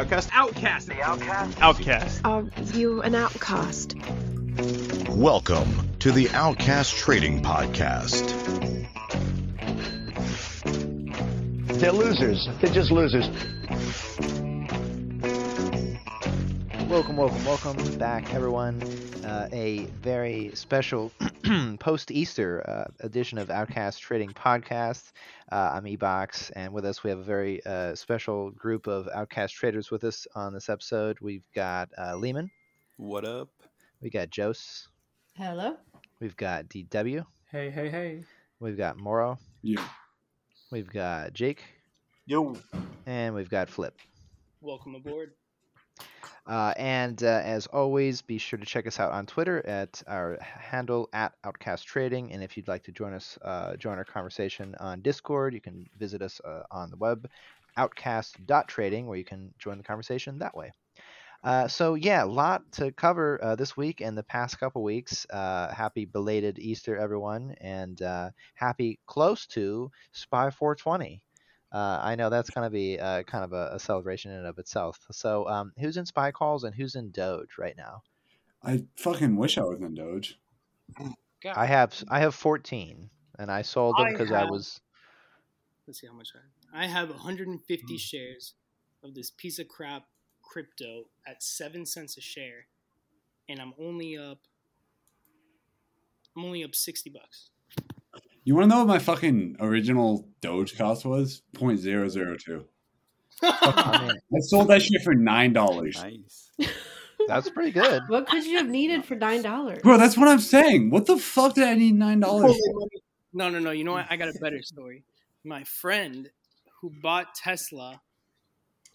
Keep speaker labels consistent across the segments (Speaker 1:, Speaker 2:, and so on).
Speaker 1: outcast. The outcast. Outcast.
Speaker 2: Are you an outcast?
Speaker 3: Welcome to the Outcast Trading Podcast.
Speaker 4: They're losers. They're just losers.
Speaker 5: Welcome, welcome, welcome back, everyone. Uh, a very special post Easter uh, edition of Outcast Trading Podcast. Uh, I'm Ebox, and with us we have a very uh, special group of Outcast traders with us on this episode. We've got uh, Lehman,
Speaker 6: What up?
Speaker 5: we got Jose,
Speaker 7: Hello.
Speaker 5: we've got DW,
Speaker 8: Hey, hey, hey.
Speaker 5: we've got Moro,
Speaker 9: Yeah.
Speaker 5: we've got Jake,
Speaker 6: Yo.
Speaker 5: and we've got Flip.
Speaker 1: Welcome aboard.
Speaker 5: Uh, and uh, as always, be sure to check us out on Twitter at our handle at Outcast Trading. And if you'd like to join us, uh, join our conversation on Discord, you can visit us uh, on the web, outcast.trading, where you can join the conversation that way. Uh, so yeah, a lot to cover uh, this week and the past couple weeks. Uh, happy belated Easter, everyone, and uh, happy close to Spy 420. Uh, I know that's going to be uh, kind of a, a celebration in and of itself. So, um, who's in Spy Calls and who's in Doge right now?
Speaker 9: I fucking wish I was in Doge.
Speaker 1: God.
Speaker 5: I have I have 14, and I sold them
Speaker 1: Uh, I
Speaker 5: because I,
Speaker 1: have-
Speaker 5: was
Speaker 1: Let's see how much I have. I have 150
Speaker 5: Hmm.
Speaker 1: shares of this piece of crap crypto at seven cents a share, and I'm only up. I'm only up 60 bucks.
Speaker 9: You want to know what my fucking original Doge cost was? 0.002.
Speaker 5: I mean,
Speaker 9: I sold that shit for nine dollars.
Speaker 6: Nice.
Speaker 5: that's pretty good.
Speaker 7: What could you have needed for nine dollars?
Speaker 9: Bro, that's what I'm saying. What the fuck did I need nine dollars for?
Speaker 1: No, no, no. You know what? I got a better story. My friend who bought Tesla,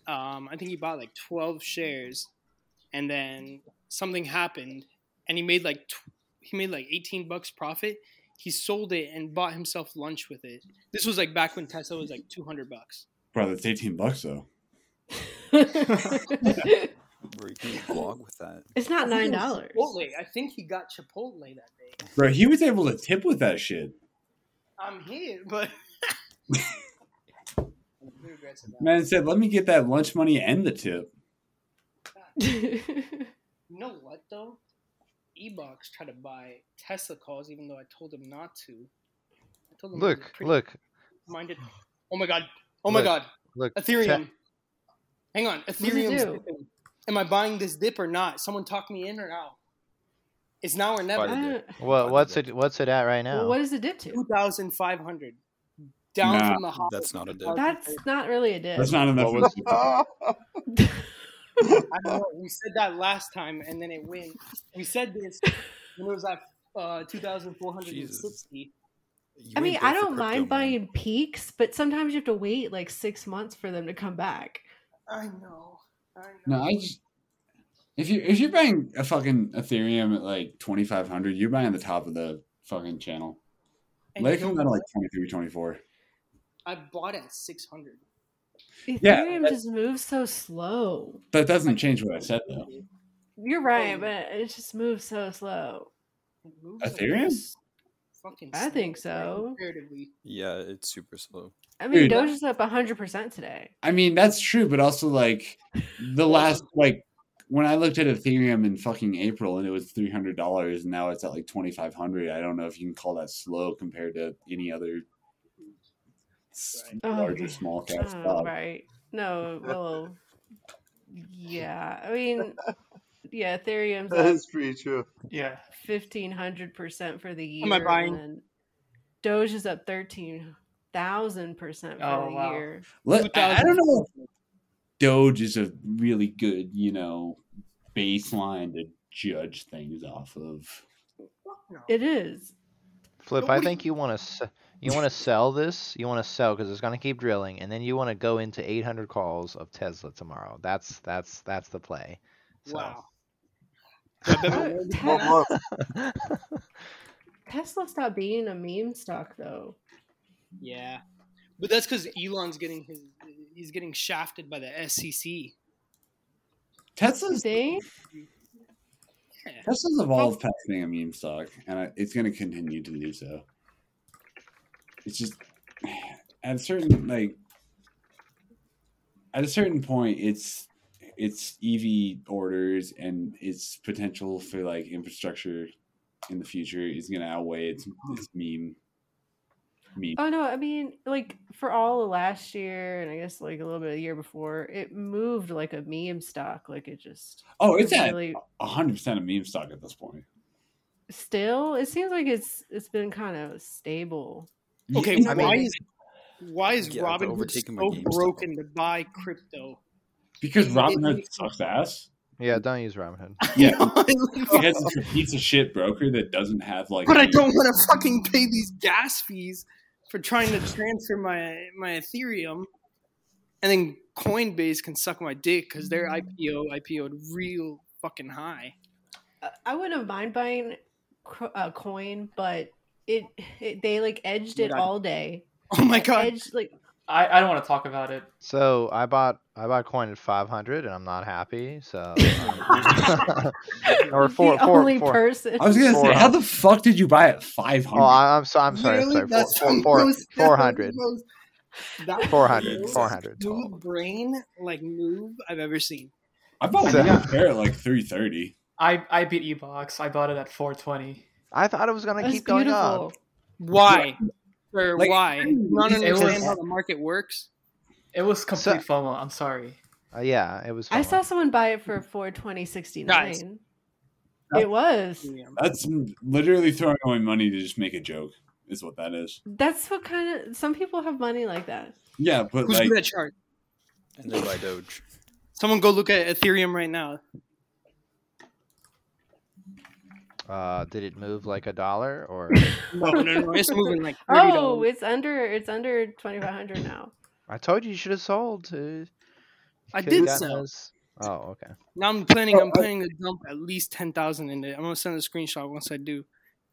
Speaker 1: um, I think he bought like 12 shares, and then something happened, and he made like tw- he made like 18 bucks profit. He sold it and bought himself lunch with it. This was like back when Tesla was like 200 bucks.
Speaker 9: Bro, that's eighteen bucks though.
Speaker 7: it's
Speaker 6: Bro, you can vlog with that.
Speaker 7: not nine dollars.
Speaker 1: Chipotle. I think he got Chipotle that day.
Speaker 9: Bro, he was able to tip with that shit.
Speaker 1: I'm here, but.
Speaker 9: Man said, "Let me get that lunch money and the tip."
Speaker 1: You know what though? Ebox tried to buy Tesla calls, even though I told him not to. I told him he was
Speaker 5: Look,
Speaker 1: pretty
Speaker 5: look,
Speaker 1: Minded. Oh my god! Oh my
Speaker 5: Look.
Speaker 1: god!
Speaker 5: look.
Speaker 1: Ethereum.
Speaker 5: Te-
Speaker 1: Hang on,
Speaker 7: did he
Speaker 1: Ethereum's
Speaker 7: do?
Speaker 1: dipping. Am I buying this dip or not? Someone talk me in or out. It's now or
Speaker 6: Buy
Speaker 1: never.
Speaker 6: the
Speaker 7: I
Speaker 6: dip.
Speaker 7: don't-
Speaker 5: Well, what's it what's it at right now?
Speaker 7: Well, what is the dip
Speaker 1: Two
Speaker 7: to?
Speaker 1: thousand five hundred. Down
Speaker 9: Nah,
Speaker 1: from the high.
Speaker 6: that's not a dip.
Speaker 1: That's.
Speaker 7: That's not really a dip.
Speaker 9: That's not enough.
Speaker 5: What
Speaker 1: I know. We said that last time, and then it went. We said this when it was at uh, two thousand four hundred and sixty.
Speaker 6: You
Speaker 7: I mean,
Speaker 6: ain't built
Speaker 7: I
Speaker 6: for
Speaker 7: don't
Speaker 6: crypto,
Speaker 7: mind
Speaker 6: man.
Speaker 7: buying peaks, but sometimes you have to wait like six months for them to come back.
Speaker 1: I know. I know.
Speaker 9: No, I just if you if you're buying a fucking Ethereum at like twenty five hundred, you're buying the top of the fucking channel.
Speaker 1: And
Speaker 9: Let
Speaker 1: you
Speaker 9: it
Speaker 1: know
Speaker 9: come down to
Speaker 1: what?
Speaker 9: like 23, 24.
Speaker 1: I bought it at 600.
Speaker 9: Yeah,
Speaker 7: Ethereum
Speaker 9: that's-
Speaker 7: just moves so slow.
Speaker 9: That doesn't change what I said though.
Speaker 7: You're right, but it just moves so slow.
Speaker 1: It moves like
Speaker 9: Ethereum?
Speaker 1: this Fucking
Speaker 7: I think
Speaker 1: snake,
Speaker 7: so.
Speaker 1: like, Comparatively.
Speaker 6: Yeah, it's super slow.
Speaker 7: I mean,
Speaker 9: Dude.
Speaker 7: Doge is up 100% today.
Speaker 9: I mean, that's true, but also like the last like when I looked at Ethereum in fucking April and it was three hundred dollars, and now it's at like twenty five hundred. I don't know if you can call that slow compared to any other s-
Speaker 1: Right.
Speaker 7: Oh,
Speaker 9: larger small cap
Speaker 7: Oh,
Speaker 9: stock.
Speaker 7: right. No, well, yeah. I mean, yeah, Ethereum's
Speaker 10: That
Speaker 7: up
Speaker 10: is pretty true.
Speaker 8: Yeah.
Speaker 7: 1500% for the year.
Speaker 1: Am I buying?
Speaker 7: And then Doge is up 13,000% for
Speaker 8: Oh,
Speaker 7: the
Speaker 8: wow.
Speaker 7: year.
Speaker 9: Let- I, I don't know. If Doge is a really good, you know, baseline to judge things off of.
Speaker 1: Fuck no.
Speaker 7: It is.
Speaker 5: Flip,
Speaker 1: But
Speaker 5: I
Speaker 1: we-
Speaker 5: think you want to you want to sell this. You want to sell because it's going to keep drilling, and then you want to go into 800 calls of Tesla tomorrow. That's that's that's the play. So.
Speaker 1: Wow.
Speaker 10: Well,
Speaker 7: Te-
Speaker 10: look,
Speaker 7: Tesla stopped being a meme stock, though.
Speaker 1: Yeah. But that's because Elon's getting his, he's getting shafted by the E SEC.
Speaker 7: You
Speaker 9: Tesla's
Speaker 7: think?
Speaker 1: Yeah.
Speaker 9: Tesla's evolved past being a meme stock, and I- it's going to continue to do so. It's just at a certain like at a certain point, it's its EV orders and its potential for like infrastructure in the future is going to outweigh its, its meme. meme.
Speaker 7: Oh no, I mean, like for all of last year and I guess like a little bit of the year before, it moved like a meme stock. Like it just
Speaker 9: Oh, it's at
Speaker 7: really
Speaker 9: hundred percent of meme stock at this point.
Speaker 7: still it seems like it's it's been kind of stable.
Speaker 1: Okay,
Speaker 9: Yeah,
Speaker 1: why
Speaker 5: I mean-
Speaker 1: is why is
Speaker 6: Yeah, they're
Speaker 1: Robin Hood
Speaker 6: overtaken by
Speaker 1: so
Speaker 6: GameStop.
Speaker 1: broken to buy crypto?
Speaker 9: because Robinhood sucks ass.
Speaker 5: Yeah, don't use Robinhood.
Speaker 9: Yeah,
Speaker 1: but
Speaker 9: because it's a piece of shit broker that doesn't have like.
Speaker 1: I don't want to fucking pay these gas fees for trying to transfer my my Ethereum, and then Coinbase can suck my dick because their
Speaker 5: Mm.
Speaker 1: IPO IPO'd real fucking high.
Speaker 7: I- Uh, I wouldn't mind buying co- a coin, but it, it they like edged it
Speaker 1: Would I-
Speaker 7: all day.
Speaker 1: Oh my
Speaker 7: They
Speaker 1: god!
Speaker 7: edged, like
Speaker 8: I, I don't want to talk about it.
Speaker 5: So I bought I bought coin at 500, and I'm not happy. So uh, or four,
Speaker 7: the
Speaker 5: four,
Speaker 7: only
Speaker 5: four.
Speaker 7: person.
Speaker 9: I was gonna
Speaker 5: Four
Speaker 9: say, how the fuck did you buy at five
Speaker 5: Oh,
Speaker 9: hundred?
Speaker 5: I, I'm so I'm sorry. I'm
Speaker 1: Really?
Speaker 5: sorry.
Speaker 1: That's
Speaker 5: Four-
Speaker 1: the
Speaker 5: four-
Speaker 1: most- that's the
Speaker 5: 400.
Speaker 1: most- that
Speaker 5: 400,
Speaker 1: was
Speaker 5: 400
Speaker 1: the most
Speaker 5: total.
Speaker 1: brain like move I've ever seen.
Speaker 9: I bought
Speaker 5: So-
Speaker 9: one out there at like three thirty.
Speaker 8: I, I beat Ebox. I bought it at 420.
Speaker 5: I thought it was gonna
Speaker 7: That's
Speaker 5: keep going up.
Speaker 7: beautiful.
Speaker 1: Why? Or
Speaker 9: Like,
Speaker 1: why? You Not
Speaker 8: it was-
Speaker 1: understand how the market works.
Speaker 8: It was
Speaker 5: So-
Speaker 8: complete FOMO. I'm sorry.
Speaker 5: Uh, yeah, it was. fun.
Speaker 7: I saw someone buy it for four twenty sixty nine. It was.
Speaker 9: That's literally throwing away money to just make a joke, is what that is.
Speaker 7: That's what kind of some people have money like that.
Speaker 9: Yeah, but
Speaker 1: Who's
Speaker 9: like,
Speaker 1: that chart?
Speaker 6: And then by Doge.
Speaker 1: Someone go look at Ethereum right now.
Speaker 5: Uh, did it move like a dollar or?
Speaker 1: No, no, no, it's moving like thirty
Speaker 7: Oh,
Speaker 1: dollars.
Speaker 7: it's under it's under twenty five hundred now.
Speaker 5: I told you you should have sold. uh, you
Speaker 1: I
Speaker 5: could've
Speaker 1: did
Speaker 5: gotten
Speaker 1: sell.
Speaker 5: those- Oh, okay.
Speaker 1: now I'm planning. I'm planning to dump at least ten thousand in it. I'm gonna send a screenshot once I do.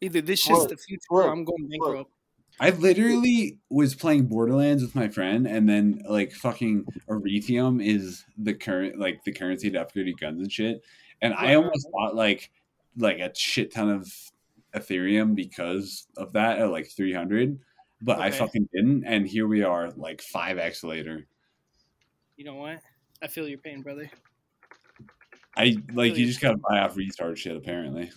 Speaker 1: Either this shit's
Speaker 9: Look,
Speaker 1: the future,
Speaker 9: look,
Speaker 1: or I'm going bankrupt.
Speaker 9: I literally was playing Borderlands with my friend, and then like fucking Arethium is the current like the currency to upgrade your guns and shit. And I almost bought like like a shit ton of Ethereum because of that at like three hundred, but I
Speaker 1: Okay.
Speaker 9: fucking didn't. And here we are, like five x later.
Speaker 1: You know what? I feel your pain, brother.
Speaker 9: I like you just gotta buy off retard shit apparently.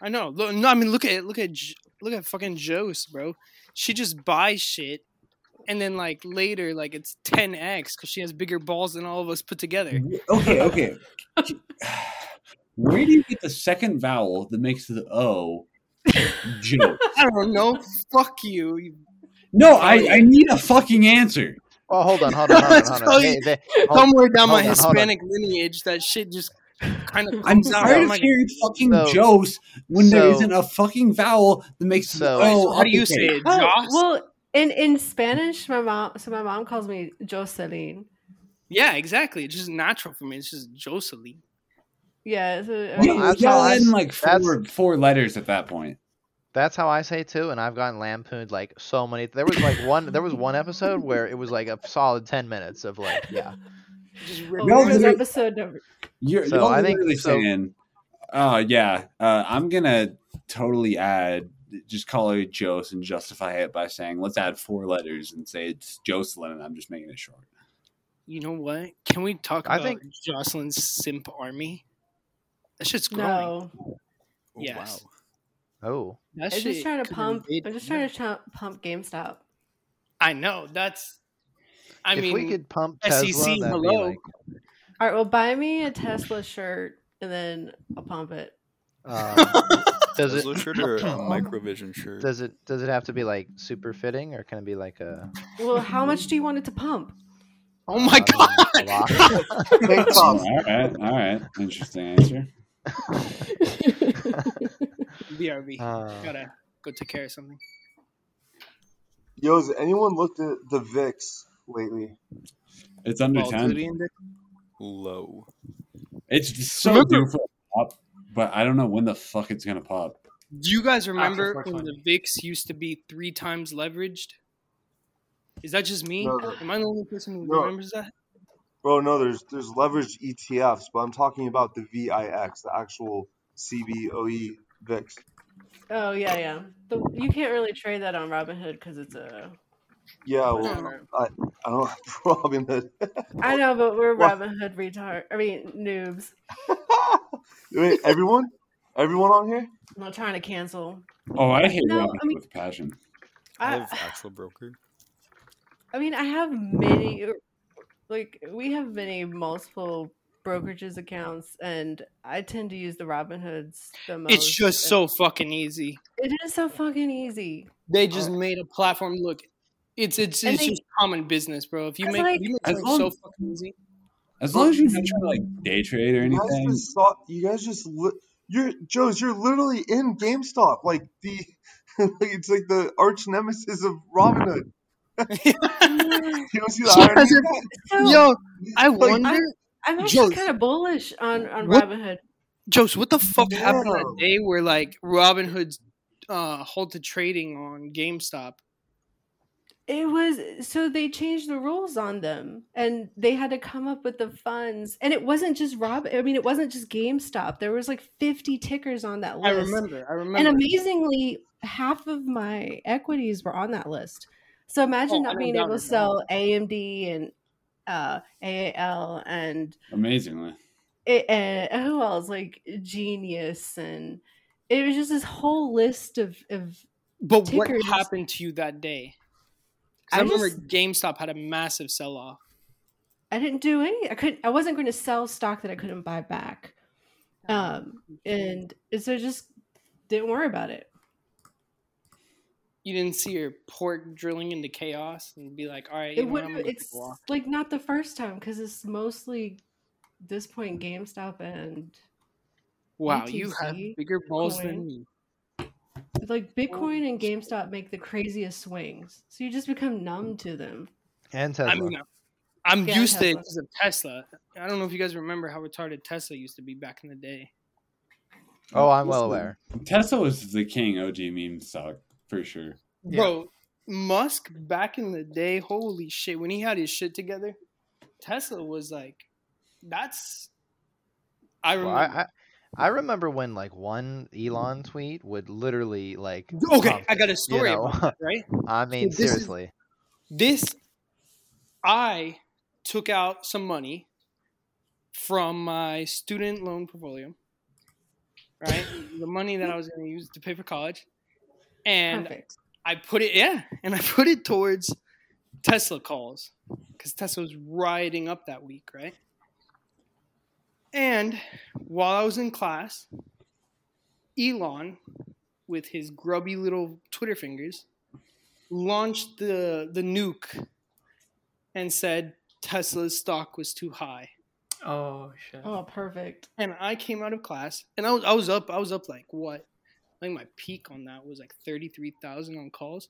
Speaker 1: I know. Look, no, I mean look at look at J- look at fucking Joe's, bro. She just buys shit, and then like later, like it's ten x because she has bigger balls than all of us put together.
Speaker 9: Mm-hmm. Okay, okay. Where do you get the second vowel that makes the O joke?
Speaker 1: I don't know. Fuck you. you
Speaker 9: No, I, I need a fucking answer.
Speaker 5: Well, Oh, hold on, hold on, hold on.
Speaker 1: That's
Speaker 5: Hold on.
Speaker 1: probably-
Speaker 5: They- they- hold-
Speaker 1: Somewhere down my
Speaker 5: hold on, hold on.
Speaker 1: Hispanic lineage, that shit just kind of
Speaker 9: I'm
Speaker 1: comes out.
Speaker 9: tired
Speaker 1: I'm
Speaker 9: of
Speaker 1: like,
Speaker 9: hearing fucking
Speaker 5: So-
Speaker 9: jokes when there
Speaker 5: so-
Speaker 9: isn't a fucking vowel that makes
Speaker 5: So-
Speaker 9: the O.
Speaker 1: how do you say
Speaker 9: uppercase.
Speaker 1: it?
Speaker 7: Oh,
Speaker 1: Joss?
Speaker 7: well, in in Spanish, my mom so my mom calls me Jocelyn.
Speaker 1: Yeah, exactly. It's just natural for me. It's just Jocelyn.
Speaker 7: Yeah, so, I
Speaker 5: Well,
Speaker 9: You
Speaker 7: mean,
Speaker 5: I- that's
Speaker 9: yell
Speaker 5: how
Speaker 9: in like
Speaker 5: that's-
Speaker 9: four, four letters at that point.
Speaker 5: That's how I say it too, and I've gotten lampooned like so many. There was like one, there was one episode where it was like a solid ten minutes of like, yeah,
Speaker 1: Just
Speaker 7: oh,
Speaker 1: rip-
Speaker 9: No,
Speaker 7: what was
Speaker 9: there-
Speaker 7: episode number?
Speaker 9: You're,
Speaker 5: So
Speaker 9: you're
Speaker 5: I think-
Speaker 9: literally
Speaker 5: so-
Speaker 9: saying, "Oh yeah, uh, I'm gonna totally add." Just call it Jose and justify it by saying, "Let's add four letters and say it's Jocelyn," and I'm just making it short.
Speaker 1: You know what? Can we talk
Speaker 5: I
Speaker 1: about
Speaker 5: think-
Speaker 1: Jocelyn's simp army? That shit's
Speaker 7: Oh
Speaker 1: growing.
Speaker 7: No,
Speaker 6: Oh,
Speaker 1: Yes.
Speaker 6: Wow.
Speaker 5: oh,
Speaker 1: That
Speaker 7: I'm just
Speaker 1: shit
Speaker 7: trying to
Speaker 1: could've
Speaker 7: pump.
Speaker 1: made-
Speaker 7: I'm just trying to ch- pump GameStop.
Speaker 1: I know. That's. I
Speaker 5: if
Speaker 1: mean,
Speaker 5: we could pump Tesla,
Speaker 1: SEC,
Speaker 5: that'd be
Speaker 1: hello.
Speaker 5: like,
Speaker 7: All right, well, buy me a Tesla shirt and then I'll pump it.
Speaker 5: um, does
Speaker 6: Tesla
Speaker 5: it
Speaker 6: shirt or a microvision shirt?
Speaker 5: does it does it have to be like super fitting, or can it be like a?
Speaker 6: Oh
Speaker 7: Well, how much do you want it to pump?
Speaker 1: oh my god!
Speaker 5: a lot?
Speaker 9: all right, all right, interesting answer.
Speaker 1: BRB.
Speaker 5: Uh,
Speaker 1: Gotta go take care of something.
Speaker 10: Yo, has anyone looked at the VIX lately?
Speaker 9: It's under ten.
Speaker 1: Volatility index.
Speaker 6: Low.
Speaker 9: It's just so
Speaker 1: Remember-
Speaker 9: due for a pop, but I don't know when the fuck it's gonna pop.
Speaker 1: Do you
Speaker 7: Ah,
Speaker 1: guys remember
Speaker 8: After
Speaker 1: when the
Speaker 8: 420.
Speaker 1: VIX used to be three times leveraged? Is that just me?
Speaker 10: No.
Speaker 1: Am I the only person who
Speaker 10: No.
Speaker 1: remembers that?
Speaker 10: Bro, no, there's there's leveraged ETFs, but I'm talking about the VIX, the actual CBOE VIX.
Speaker 7: Oh yeah, yeah. The, you can't really trade that on Robinhood because it's a
Speaker 10: Yeah, well, I, I don't have Robin Hood.
Speaker 7: I know, but we're Robin Hood retard. I mean, noobs.
Speaker 10: Wait, everyone? Everyone on here?
Speaker 7: I'm not trying to cancel.
Speaker 9: Oh, I hate
Speaker 7: No,
Speaker 9: Robin
Speaker 7: I mean-
Speaker 9: with passion.
Speaker 7: I-
Speaker 6: I love Actual Broker.
Speaker 7: I mean, I have many, uh, like, we have many multiple brokerages accounts, and I tend to use the Robinhoods the most.
Speaker 1: It's just so fucking easy.
Speaker 7: It is so fucking easy.
Speaker 1: They just made a platform. Look, it's it's,
Speaker 7: And
Speaker 1: it's
Speaker 7: they-
Speaker 1: just common business, bro. If you
Speaker 7: 'Cause,
Speaker 1: make
Speaker 7: like-
Speaker 1: you make
Speaker 9: As
Speaker 1: things
Speaker 9: long-
Speaker 1: so fucking easy,
Speaker 9: As long as you're not trying to like day trade or
Speaker 10: You guys
Speaker 9: anything.
Speaker 10: just saw, you guys just li- you're Joe's. You're literally in GameStop, like the like it's like the arch nemesis of Robin Hood. You don't see the
Speaker 1: She
Speaker 10: irony?
Speaker 1: has
Speaker 10: in
Speaker 1: a-
Speaker 10: that?
Speaker 7: So
Speaker 1: yo, I
Speaker 10: Like,
Speaker 1: wonder,
Speaker 7: I'm, I'm
Speaker 1: Joe-
Speaker 7: actually kind of bullish on, on
Speaker 1: What-
Speaker 7: Robinhood.
Speaker 1: Jokes, what the fuck happened that
Speaker 10: Yeah.
Speaker 1: day where like Robin Hood's uh, halted trading on GameStop?
Speaker 7: It was so they changed the rules on them and they had to come up with the funds. And it wasn't just Rob, I mean, it wasn't just GameStop. There was like 50 tickers on that
Speaker 1: I
Speaker 7: list.
Speaker 1: remember. I remember.
Speaker 7: and amazingly half of my equities were on that list so imagine
Speaker 1: Oh, I
Speaker 7: not
Speaker 1: don't
Speaker 7: being
Speaker 1: doubt
Speaker 7: able
Speaker 1: it,
Speaker 7: to sell amd and uh aal and
Speaker 9: Amazingly.
Speaker 7: it, and who else like genius and it was just this whole list of of
Speaker 1: but what
Speaker 7: tickers.
Speaker 1: happened to you that day? 'Cause I,
Speaker 7: I
Speaker 1: remember
Speaker 7: just-
Speaker 1: GameStop had a massive sell off.
Speaker 7: i didn't do any i couldn't i wasn't going to sell stock that i couldn't buy back
Speaker 1: Oh,
Speaker 7: um and so just didn't worry about it
Speaker 1: You didn't see your port drilling into chaos and be like, all right, you
Speaker 7: it
Speaker 1: know what,
Speaker 7: would
Speaker 1: I'm gonna take
Speaker 7: it's
Speaker 1: a walk.
Speaker 7: like not the first time because it's mostly this point gamestop and
Speaker 1: Wow, you have
Speaker 7: BTC,
Speaker 1: bigger balls
Speaker 7: Bitcoin.
Speaker 1: than me.
Speaker 7: like bitcoin and gamestop make the craziest swings so you just become numb
Speaker 1: Mm.
Speaker 7: to them
Speaker 5: And Tesla.
Speaker 1: I mean, I'm
Speaker 7: Yeah,
Speaker 1: used to
Speaker 7: Tesla.
Speaker 1: it because of Tesla. I don't know if you guys remember how retarded Tesla used to be back in the day.
Speaker 5: oh, I'm well
Speaker 9: Listen,
Speaker 5: aware.
Speaker 9: Tesla was the king OG meme stock for sure.
Speaker 8: Yeah.
Speaker 1: Bro, Musk back in the day, holy shit, when he had his shit together, Tesla was like, that's. I
Speaker 5: Well,
Speaker 1: remember.
Speaker 5: I, I I remember when like one Elon tweet would literally like.
Speaker 1: okay,
Speaker 5: pump
Speaker 1: I
Speaker 5: it,
Speaker 1: got a story
Speaker 5: um, know.
Speaker 1: about that, right?
Speaker 5: I mean,
Speaker 1: this is-
Speaker 5: seriously.
Speaker 1: This, I took out some money from my student loan portfolio, right? the money that I was going to use to pay for college. And
Speaker 7: perfect
Speaker 1: I put it, yeah, and I put it towards Tesla calls because Tesla was riding up that week, right? And while I was in class, Elon, with his grubby little Twitter fingers, launched the, the nuke and said Tesla's stock was too high.
Speaker 8: Oh shit.
Speaker 7: oh perfect
Speaker 1: And I came out of class and I was, I was up, I was up like what? I think my peak on that was like 33,000 on calls.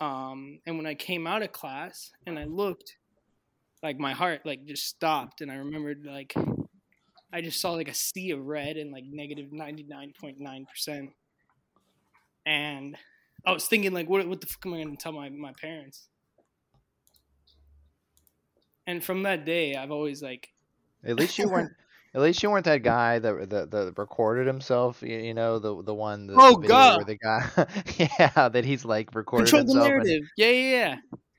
Speaker 1: Um, and when I came out of class and I looked, like my heart like just stopped and I remembered like I just saw like a sea of red and like negative 99.9%. And I was thinking like what what the fuck am I going to tell my my parents? And from that day, I've always like
Speaker 5: At least you weren't. At least you weren't that guy that that, that recorded himself. You, you know the the one. The, the
Speaker 1: Oh,
Speaker 5: video Where
Speaker 1: God.
Speaker 5: the guy, yeah, that he's like recorded
Speaker 1: control the
Speaker 5: himself. and
Speaker 1: narrative. Yeah, yeah,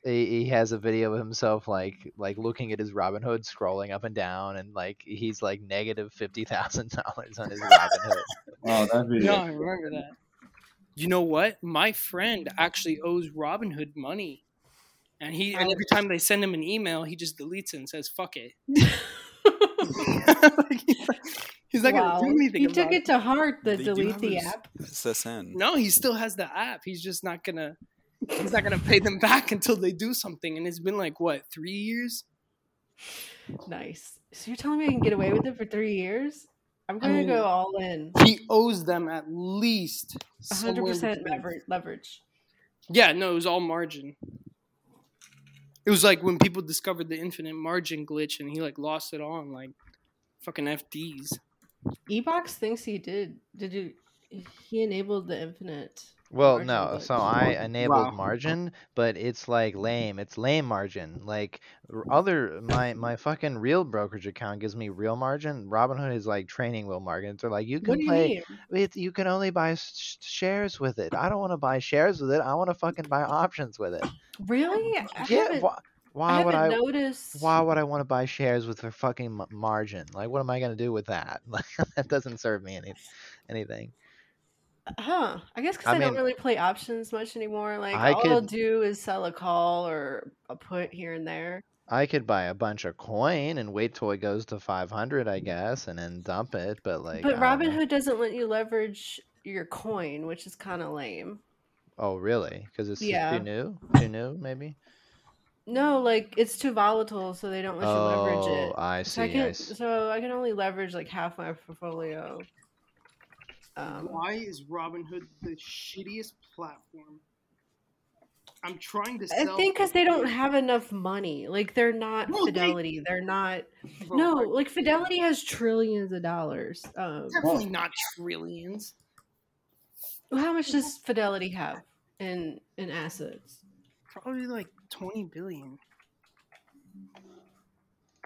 Speaker 1: yeah.
Speaker 5: he, he has a video of himself like like looking at his Robin Hood, scrolling up and down, and like he's like negative fifty thousand dollars on his Robin Hood.
Speaker 9: Oh, that'd be
Speaker 1: No, I remember that. You know what? My friend actually owes Robinhood money. And he and every time they send him an email, he just deletes it and says "fuck it." Like, he's like- he's not
Speaker 7: wow
Speaker 1: gonna do anything.
Speaker 7: you took
Speaker 1: about
Speaker 7: it to heart the
Speaker 6: They do
Speaker 7: delete
Speaker 6: have
Speaker 7: the
Speaker 6: a s-
Speaker 7: app
Speaker 6: SSN.
Speaker 1: No, he still has the app. He's just not gonna. He's not gonna pay them back until they do something. And it's been like what three years?
Speaker 7: nice so you're telling me i can get away with it for three years i'm going
Speaker 1: mean-
Speaker 7: to go all in
Speaker 1: He owes them at least somewhere
Speaker 7: 100%
Speaker 1: between-
Speaker 7: lever- leverage
Speaker 1: Yeah, no, it was all margin. It was like when people discovered the infinite margin glitch, and he like lost it on like fucking FDs.
Speaker 7: ebox thinks he did did you he enabled the infinite
Speaker 5: Well, no. So I enabled
Speaker 11: Wow.
Speaker 5: margin, but it's like lame. It's lame margin. Like r- other my my fucking real brokerage account gives me real margin. Robinhood is like training wheel margin. They're like you
Speaker 11: What
Speaker 5: can
Speaker 11: do you
Speaker 5: play.
Speaker 11: mean?
Speaker 5: It, you can only buy sh- shares with it. I don't want to buy shares with it. I want to fucking buy options with it.
Speaker 7: Really? I
Speaker 5: Yeah.
Speaker 7: haven't-
Speaker 5: Why, why would I?
Speaker 7: haven't noticed.
Speaker 5: Why would I want to buy shares with a fucking ma- margin? Like, what am I gonna do with that? Like, that doesn't serve me any, anything.
Speaker 7: Huh. I guess because
Speaker 5: I
Speaker 7: I, don't
Speaker 5: mean,
Speaker 7: really play options much anymore. Like
Speaker 5: I
Speaker 7: all I'll
Speaker 5: could-
Speaker 7: do is sell a call or a put here and there.
Speaker 5: I could buy a bunch of coin and wait till it goes to 500, I guess, and then dump it. But like,
Speaker 7: but
Speaker 5: I don't know.
Speaker 7: Robinhood doesn't let you leverage your coin, which is kind of lame.
Speaker 5: oh really? Because it's
Speaker 7: Yeah.
Speaker 5: too new, too new, maybe.
Speaker 7: No, like it's too volatile, so they don't let you leverage
Speaker 5: Oh,
Speaker 7: it.
Speaker 5: I
Speaker 7: So I
Speaker 5: see, I
Speaker 7: can,
Speaker 5: see.
Speaker 7: so I can only leverage like half my portfolio. Um,
Speaker 1: Why is Robinhood the shittiest platform? I'm trying to
Speaker 7: I
Speaker 1: sell.
Speaker 7: think because they don't have enough money. Like they're not Fidelity. They... are not. no, like Fidelity has trillions of dollars. Um,
Speaker 1: Definitely not trillions.
Speaker 7: well, How much does Fidelity have in in assets?
Speaker 1: Probably like twenty billion.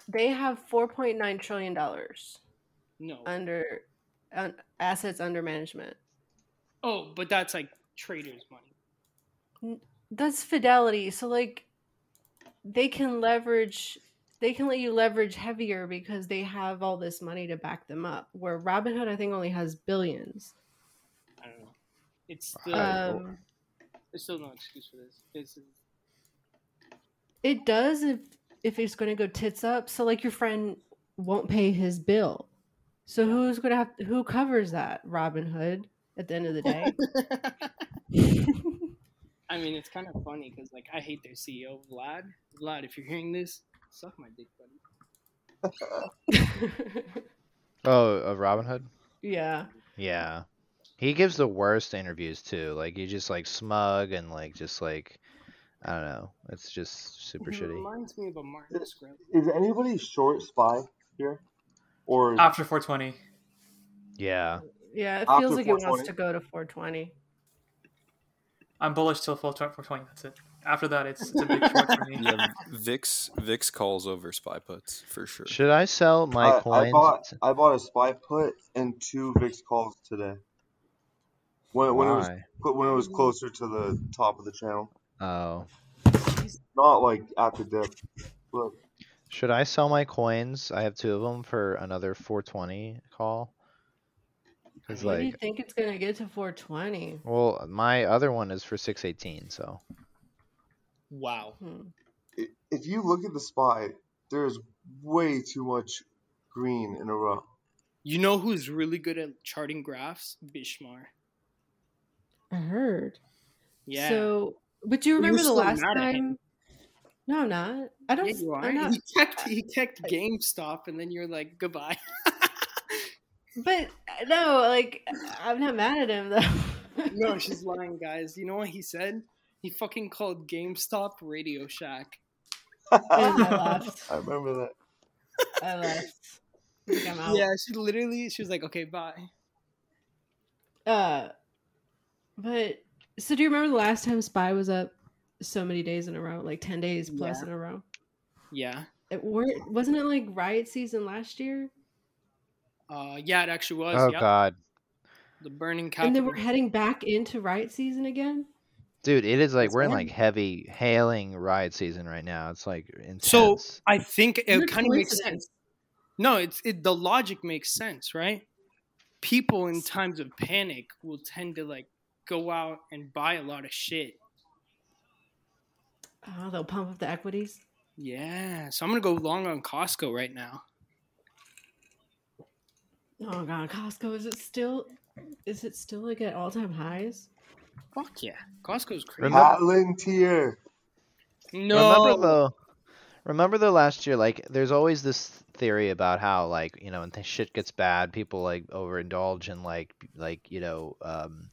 Speaker 7: They have four point nine trillion dollars
Speaker 1: No.
Speaker 7: Uh, under un, assets under management.
Speaker 1: Oh, but that's like traders' money.
Speaker 7: N- That's Fidelity. So like, they can leverage. They can let you leverage heavier because they have all this money to back them up. Where Robinhood, I think, only has billions.
Speaker 1: I don't know. It's
Speaker 7: I-
Speaker 1: the.
Speaker 7: Um,
Speaker 1: there's still no excuse for this. It's,
Speaker 7: It does if if it's going to go tits up. So like your friend won't pay his bill. So who's going to have who covers that? Robin Hood at the end of the day.
Speaker 1: I mean, it's kind of funny because like I hate their CEO Vlad. Vlad, if you're hearing this, suck my dick, buddy.
Speaker 5: Oh, of Robin Hood.
Speaker 7: yeah.
Speaker 5: Yeah, he gives the worst interviews too. Like you just like smug and like just like I don't know. It's just super
Speaker 1: He
Speaker 5: shitty.
Speaker 1: reminds me of a Martin Scrub.
Speaker 10: Is anybody short spy here? Or
Speaker 8: after 420?
Speaker 5: Yeah.
Speaker 7: Yeah, it
Speaker 8: After
Speaker 7: feels like it wants
Speaker 8: 420.
Speaker 7: to go to 420.
Speaker 8: I'm bullish till 420. 420, That's it. After that, it's, it's a big short for me.
Speaker 6: Yeah, Vix Vix calls over spy puts for sure.
Speaker 5: Should I sell my
Speaker 10: I, I
Speaker 5: coins?
Speaker 10: bought I bought a spy put and two VIX calls today. When when it was
Speaker 5: Why?
Speaker 10: cl- when it was closer to the top of the channel,
Speaker 5: Oh,
Speaker 10: not like at the dip. Look,
Speaker 5: should I sell my coins? I have two of them for another 420 call. Cause
Speaker 7: What do
Speaker 5: like
Speaker 7: you think it's going to get to 420?
Speaker 5: Well, my other one is for 618, so.
Speaker 1: Wow.
Speaker 7: Hmm.
Speaker 10: i- if you look at the spy, there's way too much green in a row.
Speaker 1: You know who's really good at charting graphs? Bishmar.
Speaker 7: I heard.
Speaker 1: Yeah.
Speaker 7: So, but do you
Speaker 1: You're
Speaker 7: remember the
Speaker 1: still
Speaker 7: last
Speaker 1: mad at him.
Speaker 7: time? No, I'm not. I don't.
Speaker 1: Yeah, you are.
Speaker 7: I'm not.
Speaker 1: He checked. He checked GameStop, and then you're like, goodbye.
Speaker 7: But uh, no, like I'm not mad at him though.
Speaker 1: no, she's lying, guys. You know what he said? He fucking called GameStop Radio Shack.
Speaker 7: And Oh, I laughed.
Speaker 10: I remember that.
Speaker 7: I left. I think I'm out.
Speaker 1: Yeah, she literally. She was like, okay, bye.
Speaker 7: Uh, but so do you remember the last time Spy was up so many days in a row, like ten days plus
Speaker 1: Yeah.
Speaker 7: in a row?
Speaker 1: Yeah.
Speaker 7: It were, wasn't it like riot season last year,
Speaker 1: Uh, yeah, it actually was.
Speaker 5: Oh
Speaker 1: yep.
Speaker 5: god.
Speaker 1: The burning
Speaker 7: and
Speaker 1: capital.
Speaker 7: then we're heading back into riot season again.
Speaker 5: Dude, it is like we're in
Speaker 7: bad.
Speaker 5: like heavy hailing ride season right now. It's like intense.
Speaker 1: So I think
Speaker 7: What a
Speaker 1: it kind of makes
Speaker 7: coincidence.
Speaker 1: sense. No, it's it. The logic makes sense, right? People in times of panic will tend to like go out and buy a lot of shit.
Speaker 7: Oh, they'll pump up the equities.
Speaker 1: Yeah, so I'm gonna go long on Costco right now.
Speaker 7: Oh god, Costco is it still? Is it still like at all time highs?
Speaker 1: Fuck yeah, Costco's crazy.
Speaker 10: Alan Tier.
Speaker 1: No.
Speaker 5: Remember though, remember though last year, like there's always this theory about how like you know when th- shit gets bad, people like overindulge in like b- like you know um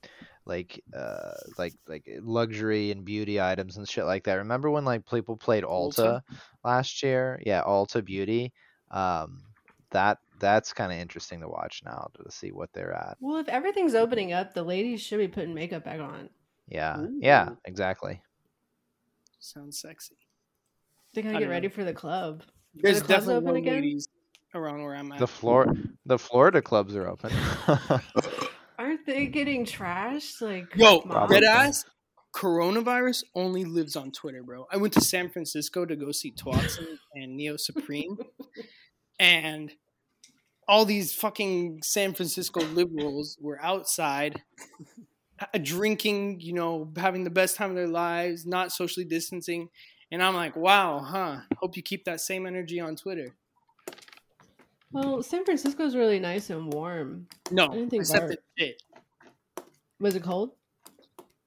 Speaker 5: like uh like like luxury and beauty items and shit like that. Remember when like people played Alta
Speaker 11: Ulta?
Speaker 5: last year? Yeah, Alta Beauty. Um, that that's kind of interesting to watch now to see what they're at.
Speaker 7: Well, if everything's opening up, the ladies should be putting makeup back on.
Speaker 5: Yeah. Yeah. Exactly.
Speaker 1: Sounds sexy.
Speaker 7: They
Speaker 1: I
Speaker 7: gotta
Speaker 1: don't
Speaker 7: get
Speaker 1: know.
Speaker 7: ready for the club. Are
Speaker 1: There's
Speaker 7: the clubs
Speaker 1: definitely
Speaker 7: open
Speaker 1: more
Speaker 7: again?
Speaker 1: ladies around where I'm at.
Speaker 5: The floor, the Florida clubs are open.
Speaker 7: Aren't they getting trashed? Like,
Speaker 1: Yo,
Speaker 7: come on.
Speaker 5: Probably.
Speaker 1: dead ass. Coronavirus only lives on Twitter, bro. I went to San Francisco to go see Twatson and Neo Supreme, and all these fucking San Francisco liberals were outside uh, drinking, you know, having the best time of their lives, not socially distancing. And I'm like, wow, huh? Hope you keep that same energy on Twitter.
Speaker 7: Well, San Francisco's really nice and warm. I
Speaker 1: No,
Speaker 7: didn't think
Speaker 1: except
Speaker 7: Bart-
Speaker 1: that shit.
Speaker 7: Was it cold?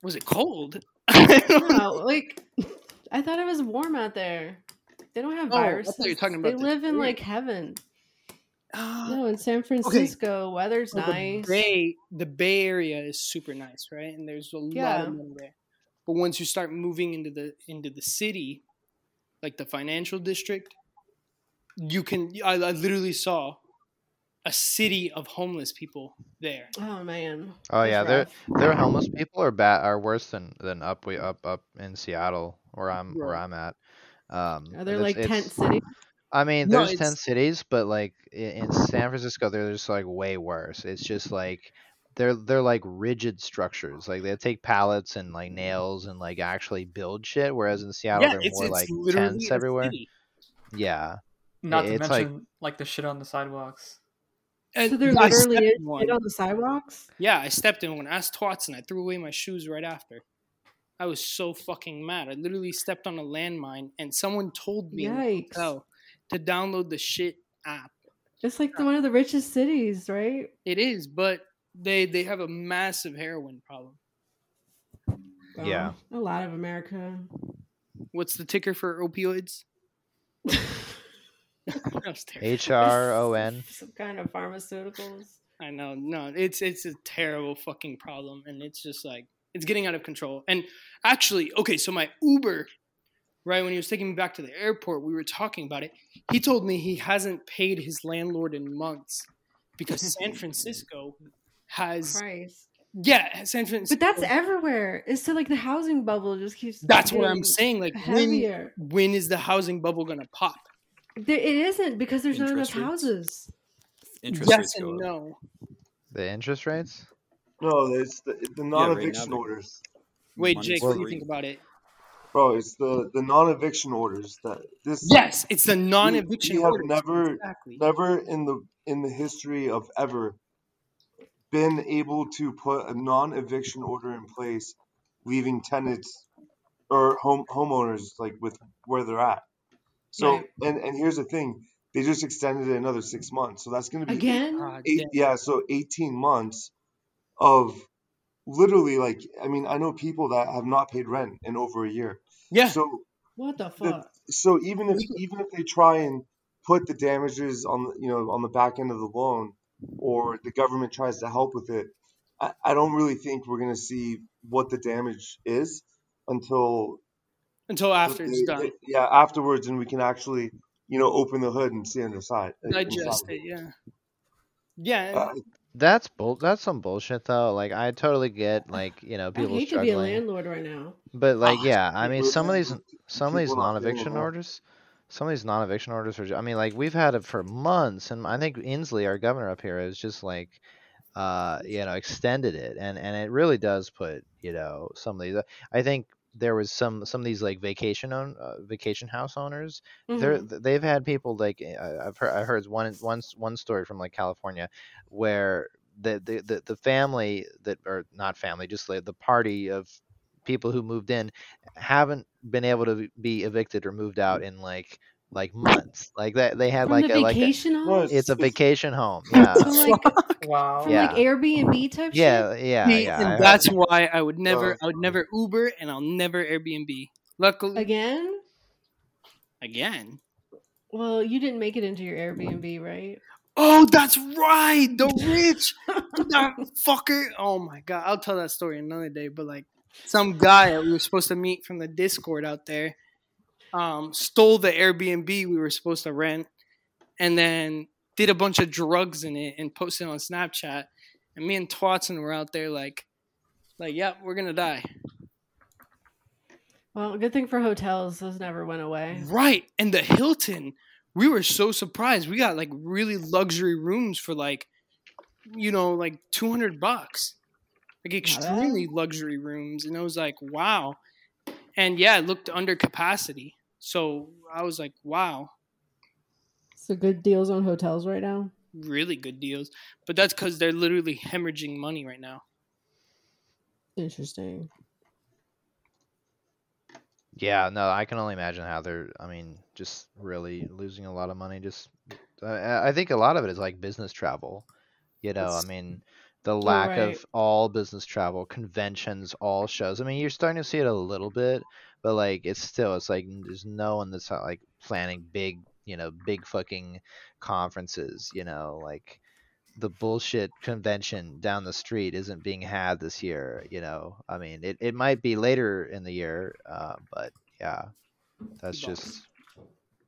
Speaker 1: Was it cold?
Speaker 7: No, like I thought it was warm out there. They don't have
Speaker 1: Oh, I thought you were
Speaker 7: viruses.
Speaker 1: talking about
Speaker 7: they
Speaker 1: the
Speaker 7: live in
Speaker 1: air.
Speaker 7: like heaven.
Speaker 1: Ah,
Speaker 7: No, in San Francisco, weather's
Speaker 1: So
Speaker 7: nice.
Speaker 1: Oh, The Bay, the Bay Area is super nice, right? And there's a lot
Speaker 7: Yeah.
Speaker 1: of money there. But once you start moving into the into the city, like the financial district, you can. I, I literally saw a city of homeless people there.
Speaker 7: Oh man.
Speaker 5: oh
Speaker 7: That's
Speaker 5: yeah, their
Speaker 7: rough.
Speaker 1: Um,
Speaker 5: their homeless people are bad are worse than than up we up up in Seattle where I'm where
Speaker 1: Right.
Speaker 5: I'm at. Um,
Speaker 7: Are there
Speaker 5: it's-
Speaker 7: like
Speaker 5: it's-
Speaker 7: tent cities?
Speaker 5: I mean,
Speaker 1: No,
Speaker 5: there's ten
Speaker 1: it's-
Speaker 5: cities, but like i- in San Francisco, they're just like way worse. It's just like they're they're like rigid structures. Like they take pallets and like nails and like actually build shit. Whereas in Seattle,
Speaker 1: Mm-hmm. Yeah,
Speaker 5: they're
Speaker 1: it's
Speaker 5: more
Speaker 1: it's
Speaker 5: like
Speaker 1: literally
Speaker 5: tents
Speaker 1: a
Speaker 5: everywhere.
Speaker 1: city.
Speaker 5: Yeah,
Speaker 8: Not to
Speaker 5: it's like-
Speaker 8: mention like... the shit on the sidewalks.
Speaker 7: So
Speaker 1: And
Speaker 7: there
Speaker 1: I
Speaker 7: literally
Speaker 1: stepped
Speaker 7: is
Speaker 1: in
Speaker 7: shit
Speaker 1: one.
Speaker 7: on the sidewalks.
Speaker 1: Yeah, I stepped in one. Asked Twatson. I threw away my shoes right after. I was so fucking mad. I literally stepped on a landmine, and someone told me in the
Speaker 7: Yikes.
Speaker 1: hotel to download the shit app.
Speaker 7: It's like the, one of the richest cities, right?
Speaker 1: It is, but they they have a massive heroin problem.
Speaker 7: Well,
Speaker 5: Yeah.
Speaker 7: A lot of America.
Speaker 1: What's the ticker for opioids? That was terrible.
Speaker 5: H R O N.
Speaker 7: Some kind of pharmaceuticals.
Speaker 1: I know, no, it's it's a terrible fucking problem, and it's just like it's getting out of control. And actually, okay, so my Uber, right when he was taking me back to the airport, we were talking about it. He told me he hasn't paid his landlord in months because San Francisco has
Speaker 7: Christ.
Speaker 1: yeah, San Francisco.
Speaker 7: But that's everywhere. It's so like the housing bubble just keeps.
Speaker 1: that's what I'm
Speaker 7: getting
Speaker 1: saying. Like when
Speaker 7: Heavier.
Speaker 1: when is the housing bubble gonna pop?
Speaker 7: There, it isn't because there's not enough
Speaker 6: Interest rates.
Speaker 7: houses.
Speaker 6: Interest
Speaker 1: yes
Speaker 6: rates
Speaker 1: and
Speaker 6: go up.
Speaker 1: no.
Speaker 5: The interest rates.
Speaker 10: No, it's the, the
Speaker 6: now
Speaker 10: non-eviction
Speaker 6: they-
Speaker 10: orders,
Speaker 1: Wait,
Speaker 6: Money's
Speaker 1: Jake, what do you
Speaker 6: free.
Speaker 1: think about it?
Speaker 10: bro. It's the the non-eviction orders that this.
Speaker 1: Yes, it's the non-eviction
Speaker 10: we have
Speaker 1: orders.
Speaker 10: never-
Speaker 1: exactly.
Speaker 10: never in the in the history of ever been able to put a non-eviction order in place, leaving tenants or home homeowners like with where they're at. So
Speaker 7: Right.
Speaker 10: and and here's the thing, they just extended it another six months, so that's going to be
Speaker 7: Again?
Speaker 1: God
Speaker 10: eight,
Speaker 1: damn.
Speaker 10: yeah, so eighteen months of literally like I mean I know people that have not paid rent in over a year.
Speaker 1: Yeah,
Speaker 10: So
Speaker 7: What the
Speaker 10: the-
Speaker 7: fuck?
Speaker 10: so even if
Speaker 1: We could-
Speaker 10: even if they try and put the damages on the- you know on the back end of the loan or the government tries to help with it i, I don't really think we're going to see what the damage is until
Speaker 1: until after it's
Speaker 10: they-
Speaker 1: done,
Speaker 10: they- yeah afterwards and we can actually you know open the hood and see on the side uh,
Speaker 1: digest
Speaker 10: inside.
Speaker 1: it. Yeah, yeah. and-
Speaker 10: Uh,
Speaker 5: That's bull. That's some bullshit though. Like I totally get like you know
Speaker 7: I
Speaker 5: people
Speaker 7: hate to be a
Speaker 5: struggling.
Speaker 7: landlord right now.
Speaker 5: But like,
Speaker 10: it's
Speaker 5: yeah, I mean,
Speaker 10: ridiculous
Speaker 5: some of these,
Speaker 10: with
Speaker 5: some of these
Speaker 10: people not paying
Speaker 5: non-eviction
Speaker 10: rent.
Speaker 5: orders, some of these non-eviction orders are. ju- I mean, like we've had it for months, and I think Inslee, our governor up here, is just like, uh, you know, extended it, and and it really does put you know some of these. I think there was some some of these like vacation own uh, vacation house owners they're
Speaker 7: Mhm.
Speaker 5: th- they've had people like eh, uh, I've heard I heard one one s- one story from like California where the the the, the family that or not family just like the party of people who moved in haven't been able to be evicted or moved out in like like months like that they had
Speaker 7: From
Speaker 5: like
Speaker 7: the
Speaker 5: a like a,
Speaker 7: vacation
Speaker 10: no
Speaker 7: home?
Speaker 5: it's
Speaker 10: it's,
Speaker 5: a
Speaker 10: it's
Speaker 5: vacation home yeah
Speaker 7: From like
Speaker 8: Wow.
Speaker 7: from like
Speaker 5: Yeah.
Speaker 7: Airbnb type
Speaker 5: yeah yeah
Speaker 1: See,
Speaker 5: yeah I
Speaker 1: and
Speaker 5: heard
Speaker 1: that's why I would never,
Speaker 10: uh,
Speaker 1: I would never Uber, and I'll never Airbnb. Luckily,
Speaker 7: shit? Again?
Speaker 1: again.
Speaker 7: Well, you didn't make it into your Airbnb, right?
Speaker 1: Oh, that's right. The rich, that fucker. Oh my god, I'll tell that story another day. But like, some guy that we were supposed to meet from the Discord out there, um, stole the Airbnb we were supposed to rent, and then did a bunch of drugs in it and posted it on Snapchat. And me and Twatson were out there like, like, yep, we're gonna die.
Speaker 7: Well, good thing for hotels, those never went away.
Speaker 1: Right. And the Hilton, we were so surprised. We got like really luxury rooms for like, you know, like 200 bucks. Like extremely luxury rooms. And I was like, wow. And yeah, it looked under capacity. So I was like, wow,
Speaker 7: So good deals on hotels right now.
Speaker 1: really good deals. But that's because they're literally hemorrhaging money right now.
Speaker 7: Interesting.
Speaker 5: Yeah, no, I can only imagine how they're. I mean, just really losing a lot of money. Just, uh, I, I think a lot of it is like business travel. You know, I
Speaker 11: It's- Oh,
Speaker 5: mean, the lack
Speaker 11: right.
Speaker 5: of all business travel, conventions, all shows. I mean, you're starting to see it a little bit, but like, it's still, it's like n- there's no one that's not like planning big, you know, big fucking conferences. You know, like the bullshit convention down the street isn't being had this year. You know, I mean, it, it might be later in the year, uh, but yeah, that's
Speaker 1: Keep up.
Speaker 5: just
Speaker 1: Are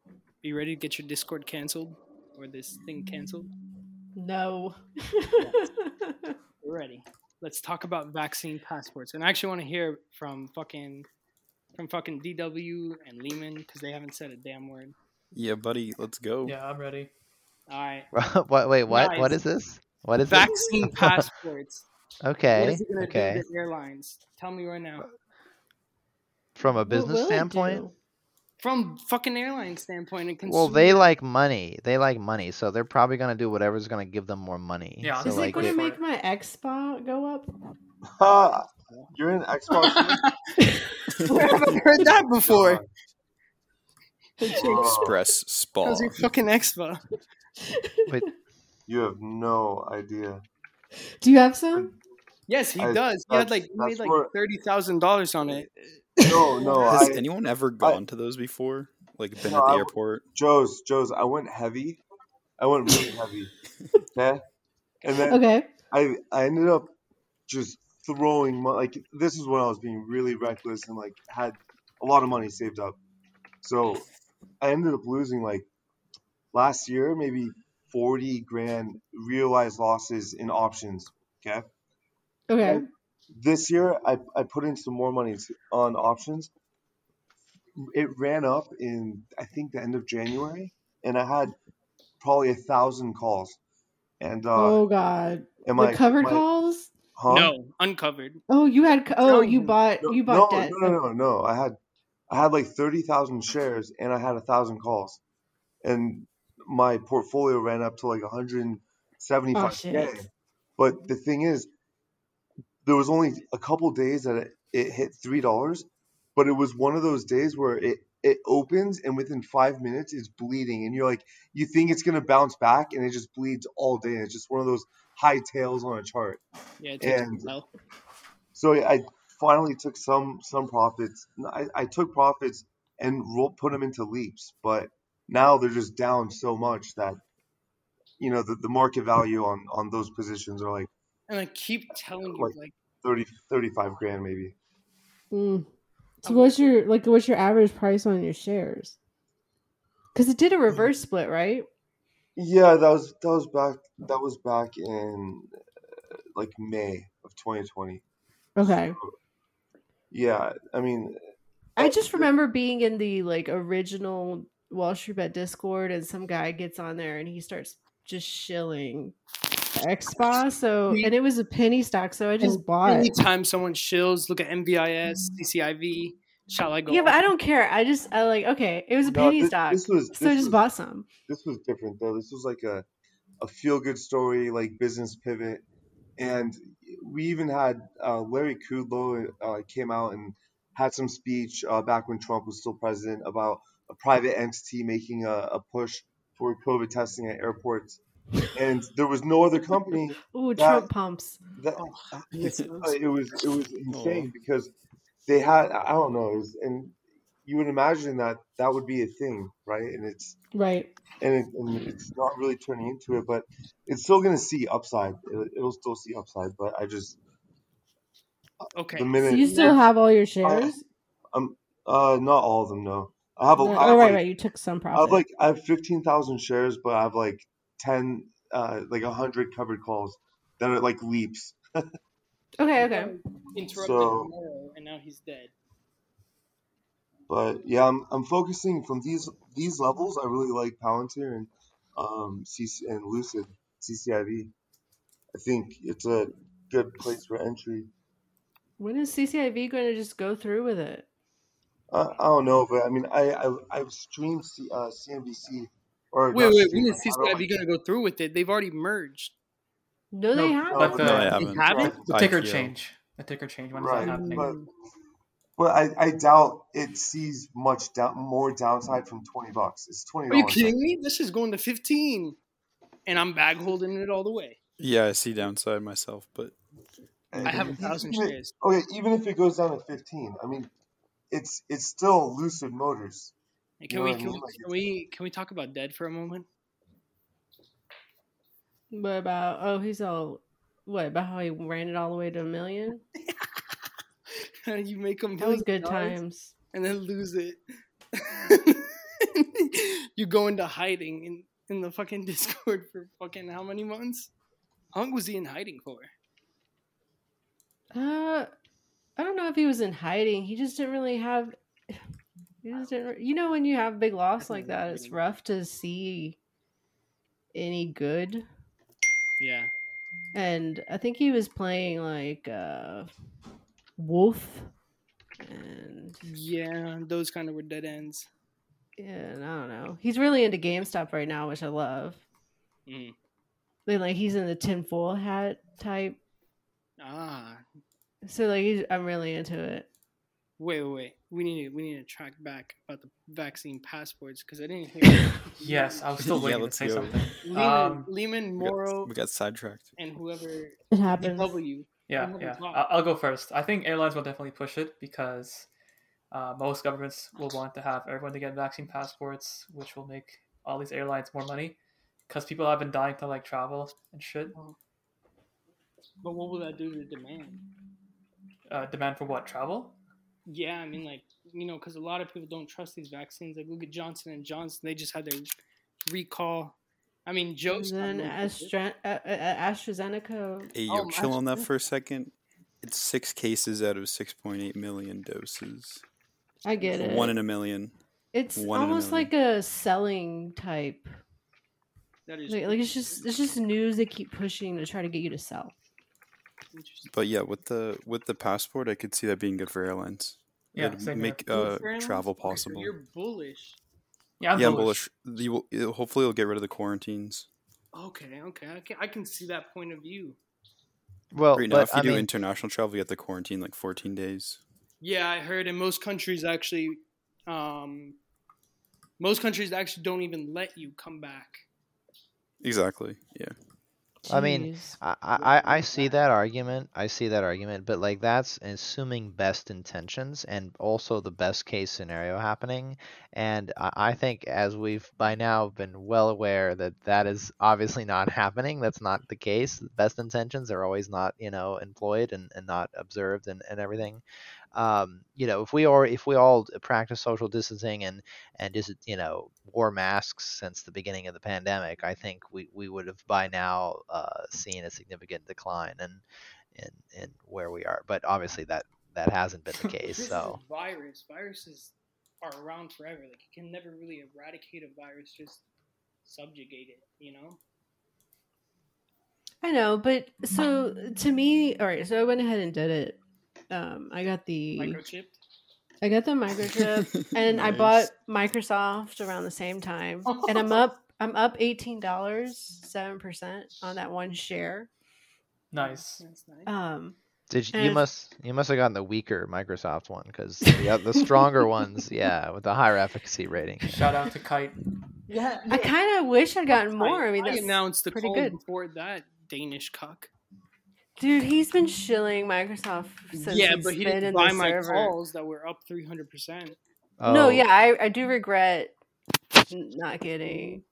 Speaker 1: you ready to get your Discord canceled or this thing canceled?
Speaker 7: No.
Speaker 1: We're ready. Let's talk about vaccine passports. And I actually want to hear from fucking from fucking DW and Lehman because they haven't said a damn word.
Speaker 6: Yeah, buddy, let's go.
Speaker 8: Yeah, I'm ready.
Speaker 1: All right.
Speaker 5: what? Wait, what? What
Speaker 1: Nice.
Speaker 5: is this? What is this?
Speaker 1: vaccine passports? What
Speaker 5: Okay,
Speaker 1: is it gonna
Speaker 5: okay.
Speaker 1: do to airlines? Tell me right now.
Speaker 5: From a
Speaker 1: What
Speaker 5: business
Speaker 1: will it
Speaker 5: standpoint,
Speaker 1: From fucking airline standpoint and consumer.
Speaker 5: well, they like money. They like money, so they're probably gonna do whatever's gonna give them more money.
Speaker 1: Yeah,
Speaker 5: so
Speaker 7: Is it
Speaker 5: like,
Speaker 7: going to
Speaker 5: it-
Speaker 7: make my expo go up?
Speaker 10: Ha! You're in Xbox.
Speaker 1: Where have I heard that before?
Speaker 6: Express
Speaker 1: That
Speaker 6: spa.
Speaker 1: was your fucking expo.
Speaker 5: Wait.
Speaker 10: You have no idea.
Speaker 7: Do you have some?
Speaker 1: Yes, he
Speaker 10: I-
Speaker 1: does. He had
Speaker 10: that's-
Speaker 1: like he made
Speaker 10: that's
Speaker 1: like
Speaker 10: where-
Speaker 1: thirty thousand dollars on it.
Speaker 10: No, no.
Speaker 6: Has
Speaker 10: I,
Speaker 6: anyone ever gone to those before? Like been
Speaker 10: No,
Speaker 6: at the
Speaker 10: I-
Speaker 6: airport?
Speaker 10: Joe's, Joe's, I went heavy. I went really heavy. Okay. And then
Speaker 7: Okay.
Speaker 10: I, I ended up just throwing money. Like, this is when I was being really reckless and, like, had a lot of money saved up. So I ended up losing, like, last year, maybe 40 grand realized losses in options. Okay. Oh,
Speaker 7: Okay.
Speaker 10: This year, I, I put in some more money to- on options. It ran up in, I think, the end of January, and I had probably a thousand calls. And uh,
Speaker 7: oh God.
Speaker 10: am
Speaker 7: the
Speaker 10: I-
Speaker 7: covered
Speaker 10: am I-
Speaker 7: calls?
Speaker 10: huh?
Speaker 1: No, uncovered.
Speaker 7: Oh, you had. co- Oh, you bought.
Speaker 10: No,
Speaker 7: you
Speaker 10: no,
Speaker 7: bought
Speaker 10: no,
Speaker 7: debt.
Speaker 10: no, no, no. I had I had like thirty thousand shares, and I had a thousand calls, and my portfolio ran up to like one hundred
Speaker 7: Oh
Speaker 10: seventy-five k.
Speaker 7: shit.
Speaker 10: But the thing is, there was only a couple days that it, it hit three dollars, but it was one of those days where it it opens and within five minutes it's bleeding, and you're like, you think it's gonna bounce back, and it just bleeds all day. It's just one of those high tails on a chart.
Speaker 1: Yeah, it takes
Speaker 10: And-
Speaker 1: well.
Speaker 10: So I finally took some some profits. I, I took profits and ro- put them into leaps, but now they're just down so much that you know the, the market value on on those positions are like
Speaker 1: And I keep telling you
Speaker 10: Like-
Speaker 1: like
Speaker 10: 30 35 grand maybe.
Speaker 7: Mm. So what's your like? What's your average price on your shares? Because it
Speaker 10: Hmm.
Speaker 7: did a reverse split, right?
Speaker 10: Yeah, that was that was back that was back in uh, like May of 2020.
Speaker 7: Okay.
Speaker 10: Yeah, I mean
Speaker 7: I just remember being in the like original Wall Street Bet Discord, and some guy gets on there and he starts just shilling Expa. So and it was a penny stock, so I just bought.
Speaker 1: anytime someone shills, look at MVIS, CCIV. Shall I go?
Speaker 7: Yeah, but
Speaker 1: on?
Speaker 7: I don't care. I just I like okay. It was a
Speaker 10: No,
Speaker 7: penny
Speaker 10: this-
Speaker 7: stock,
Speaker 10: this was-
Speaker 7: so I
Speaker 10: this
Speaker 7: just
Speaker 10: was-
Speaker 7: bought some.
Speaker 10: this was different though. This was like a a feel good story, like business pivot. And we even had uh, Larry Kudlow uh, came out and had some speech uh, back when Trump was still president about a private entity making a, a push for COVID testing at airports. And there was no other company
Speaker 7: Ooh,
Speaker 10: that-
Speaker 7: Trump pumps.
Speaker 10: that
Speaker 7: yes.
Speaker 10: uh, it was it was insane because they had I don't know, it was, and you would imagine that that would be a thing, right? And it's
Speaker 7: Right.
Speaker 10: and, it, and it's not really turning into it, but it's still going to see upside. It, it'll still see upside, but I just
Speaker 1: Okay.
Speaker 10: the
Speaker 7: So
Speaker 10: minute
Speaker 7: you still have all your shares?
Speaker 10: I'm uh not all of them no. I have a
Speaker 7: No,
Speaker 10: I
Speaker 7: oh
Speaker 10: have
Speaker 7: right,
Speaker 10: like
Speaker 7: right. You took some
Speaker 10: I have
Speaker 7: profit.
Speaker 10: like I have fifteen thousand shares, but I have like ten uh like hundred covered calls that are like leaps.
Speaker 7: okay, okay.
Speaker 1: Interrupted
Speaker 10: So-
Speaker 1: Romero, and now he's dead.
Speaker 10: But yeah, I'm, I'm focusing from these these levels. I really like Palantir and um, CC, and Lucid CCIV. I think it's a good place for entry.
Speaker 7: When is CCIV going to just go through with it?
Speaker 10: I, I don't know, but I mean, I, I I've streamed C, uh, CNBC or
Speaker 1: Wait,
Speaker 10: not
Speaker 1: wait,
Speaker 10: streamed,
Speaker 1: when is
Speaker 10: I don't-
Speaker 1: CCIV going to go through with it? They've already merged.
Speaker 7: No, they haven't.
Speaker 8: Like the,
Speaker 10: no,
Speaker 6: I
Speaker 1: They
Speaker 6: haven't.
Speaker 1: haven't?
Speaker 8: the ticker
Speaker 6: IPO.
Speaker 8: change. The ticker change. When is
Speaker 10: Right,
Speaker 8: that happening?
Speaker 10: but but I, I doubt it sees much down, more downside from twenty bucks. It's twenty
Speaker 1: Are you
Speaker 10: dollars.
Speaker 1: kidding me? This is going to 15. And I'm bag holding it all the way.
Speaker 6: Yeah, I see downside myself, but
Speaker 1: I have a thousand
Speaker 10: even,
Speaker 1: shares.
Speaker 10: Okay, even if it goes down to fifteen, I mean, it's it's still Lucid Motors.
Speaker 1: Hey,
Speaker 10: You
Speaker 1: Can
Speaker 10: know
Speaker 1: we
Speaker 10: what I
Speaker 1: can, we
Speaker 10: mean?
Speaker 1: can we can we talk about dead for a moment?
Speaker 7: What about? Oh, he's all what about how he ran it all the way to a million?
Speaker 1: you make them
Speaker 7: That was good times.
Speaker 1: and then lose it. you go into hiding in, in the fucking Discord for fucking how many months? How long was he in hiding for?
Speaker 7: Uh, I don't know if he was in hiding. He just didn't really have. He just didn't. You know, when you have a big loss like that, it's rough to see any good.
Speaker 1: Yeah.
Speaker 7: And I think he was playing like uh, Wolf, and
Speaker 1: Yeah, those kind of were dead ends.
Speaker 7: yeah, and I don't know. He's really into GameStop right now, which I love.
Speaker 1: Mm.
Speaker 8: Mm-hmm.
Speaker 7: Then like he's in the tinfoil hat type.
Speaker 1: Ah,
Speaker 7: So like he's, I'm really into it.
Speaker 1: wait, wait, wait. We need to we need to track back about the vaccine passports because I didn't hear.
Speaker 8: Yes, I was still
Speaker 6: Yeah,
Speaker 8: waiting to
Speaker 6: let's
Speaker 8: say
Speaker 6: go.
Speaker 8: something.
Speaker 1: Lehman,
Speaker 8: Um,
Speaker 1: Lehman
Speaker 6: we got-
Speaker 1: Morrow,
Speaker 6: we got sidetracked.
Speaker 1: and whoever E
Speaker 7: It happens.
Speaker 1: W.
Speaker 8: Yeah,
Speaker 1: Another
Speaker 8: yeah.
Speaker 1: talk.
Speaker 8: I- I'll go first. I think airlines will definitely push it because uh, most governments will want to have everyone to get vaccine passports, which will make all these airlines more money because people have been dying to like travel and shit.
Speaker 1: But what will that do to the demand?
Speaker 8: Uh, demand for what travel?
Speaker 1: Yeah, I mean, like you know, because a lot of people don't trust these vaccines. Like look at Johnson and Johnson; they just had their recall. I mean, Joe's not
Speaker 7: then
Speaker 1: going to do it.
Speaker 7: Astra- uh, uh, AstraZeneca.
Speaker 6: Hey,
Speaker 1: Oh,
Speaker 6: yo,
Speaker 1: my-
Speaker 6: chill on that for a second. It's six cases out of 6.8 million doses.
Speaker 7: I get it.
Speaker 6: One in a million.
Speaker 7: it's
Speaker 6: one in a
Speaker 7: almost
Speaker 6: million.
Speaker 7: like a selling type.
Speaker 1: that is
Speaker 7: Like, like it's just it's just news they keep pushing to try to get you to sell.
Speaker 1: interesting.
Speaker 6: But yeah, with the with the passport, I could see that being good for airlines.
Speaker 8: Yeah,
Speaker 6: It'd
Speaker 8: same here.
Speaker 6: make
Speaker 1: Good
Speaker 6: uh,
Speaker 1: for airlines?
Speaker 6: travel
Speaker 1: So
Speaker 6: possible.
Speaker 1: You're bullish.
Speaker 8: Yeah, I'm
Speaker 6: yeah,
Speaker 8: bullish.
Speaker 6: I'm bullish. You will, it'll- hopefully, it'll get rid of the quarantines.
Speaker 1: Okay, okay, I can, I can see that point of view.
Speaker 5: Well,
Speaker 6: right now,
Speaker 5: but
Speaker 6: if you
Speaker 5: I
Speaker 6: do
Speaker 5: mean,
Speaker 6: international travel, you have to quarantine like 14 days.
Speaker 1: Yeah, I heard in most countries actually, um, most countries actually don't even let you come back.
Speaker 6: Exactly. Yeah.
Speaker 5: I mean,
Speaker 7: Jeez.
Speaker 5: I, I, I I see that argument. I see that argument, but like that's assuming best intentions and also the best case scenario happening. And I, I think as we've by now been well aware that that is obviously not happening. That's not the case. The best intentions are always not, you know, employed and, and not observed and, and everything. Um, you know, if we are if we all practice social distancing and and just you know wore masks since the beginning of the pandemic, I think we, we would have by now uh, seen a significant decline in, in in where we are. But obviously that that hasn't been the
Speaker 1: This
Speaker 5: case.
Speaker 1: is a
Speaker 5: So
Speaker 1: virus. Viruses are around forever. Like you can never really eradicate a virus, just subjugate it. You know.
Speaker 7: I know, but so to me, all right. So I went ahead and did it. Um, I got the
Speaker 1: Microchipped.
Speaker 7: I got the microchip. and I bought Microsoft around the same time, and I'm up. I'm up eighteen dollars, seven percent on that one share.
Speaker 8: Nice.
Speaker 1: That's nice.
Speaker 7: Um,
Speaker 5: did you,
Speaker 7: And
Speaker 5: you
Speaker 7: if-
Speaker 5: must you must have gotten the weaker Microsoft one because the, oth- the stronger ones, yeah, with the higher efficacy rating.
Speaker 8: Shout out to Kite.
Speaker 1: yeah,
Speaker 7: I kind of wish I'd gotten more. I, mean,
Speaker 1: I
Speaker 7: that's,
Speaker 1: announced the
Speaker 7: pretty
Speaker 1: call
Speaker 7: good.
Speaker 1: before that Danish cuck.
Speaker 7: dude, he's been shilling Microsoft since
Speaker 1: yeah,
Speaker 7: he's
Speaker 1: but he
Speaker 7: been
Speaker 1: didn't
Speaker 7: in
Speaker 1: buy
Speaker 7: the
Speaker 1: my
Speaker 7: server.
Speaker 1: calls that were up three hundred percent.
Speaker 5: Oh,
Speaker 7: No, yeah, I, I do regret n- not getting.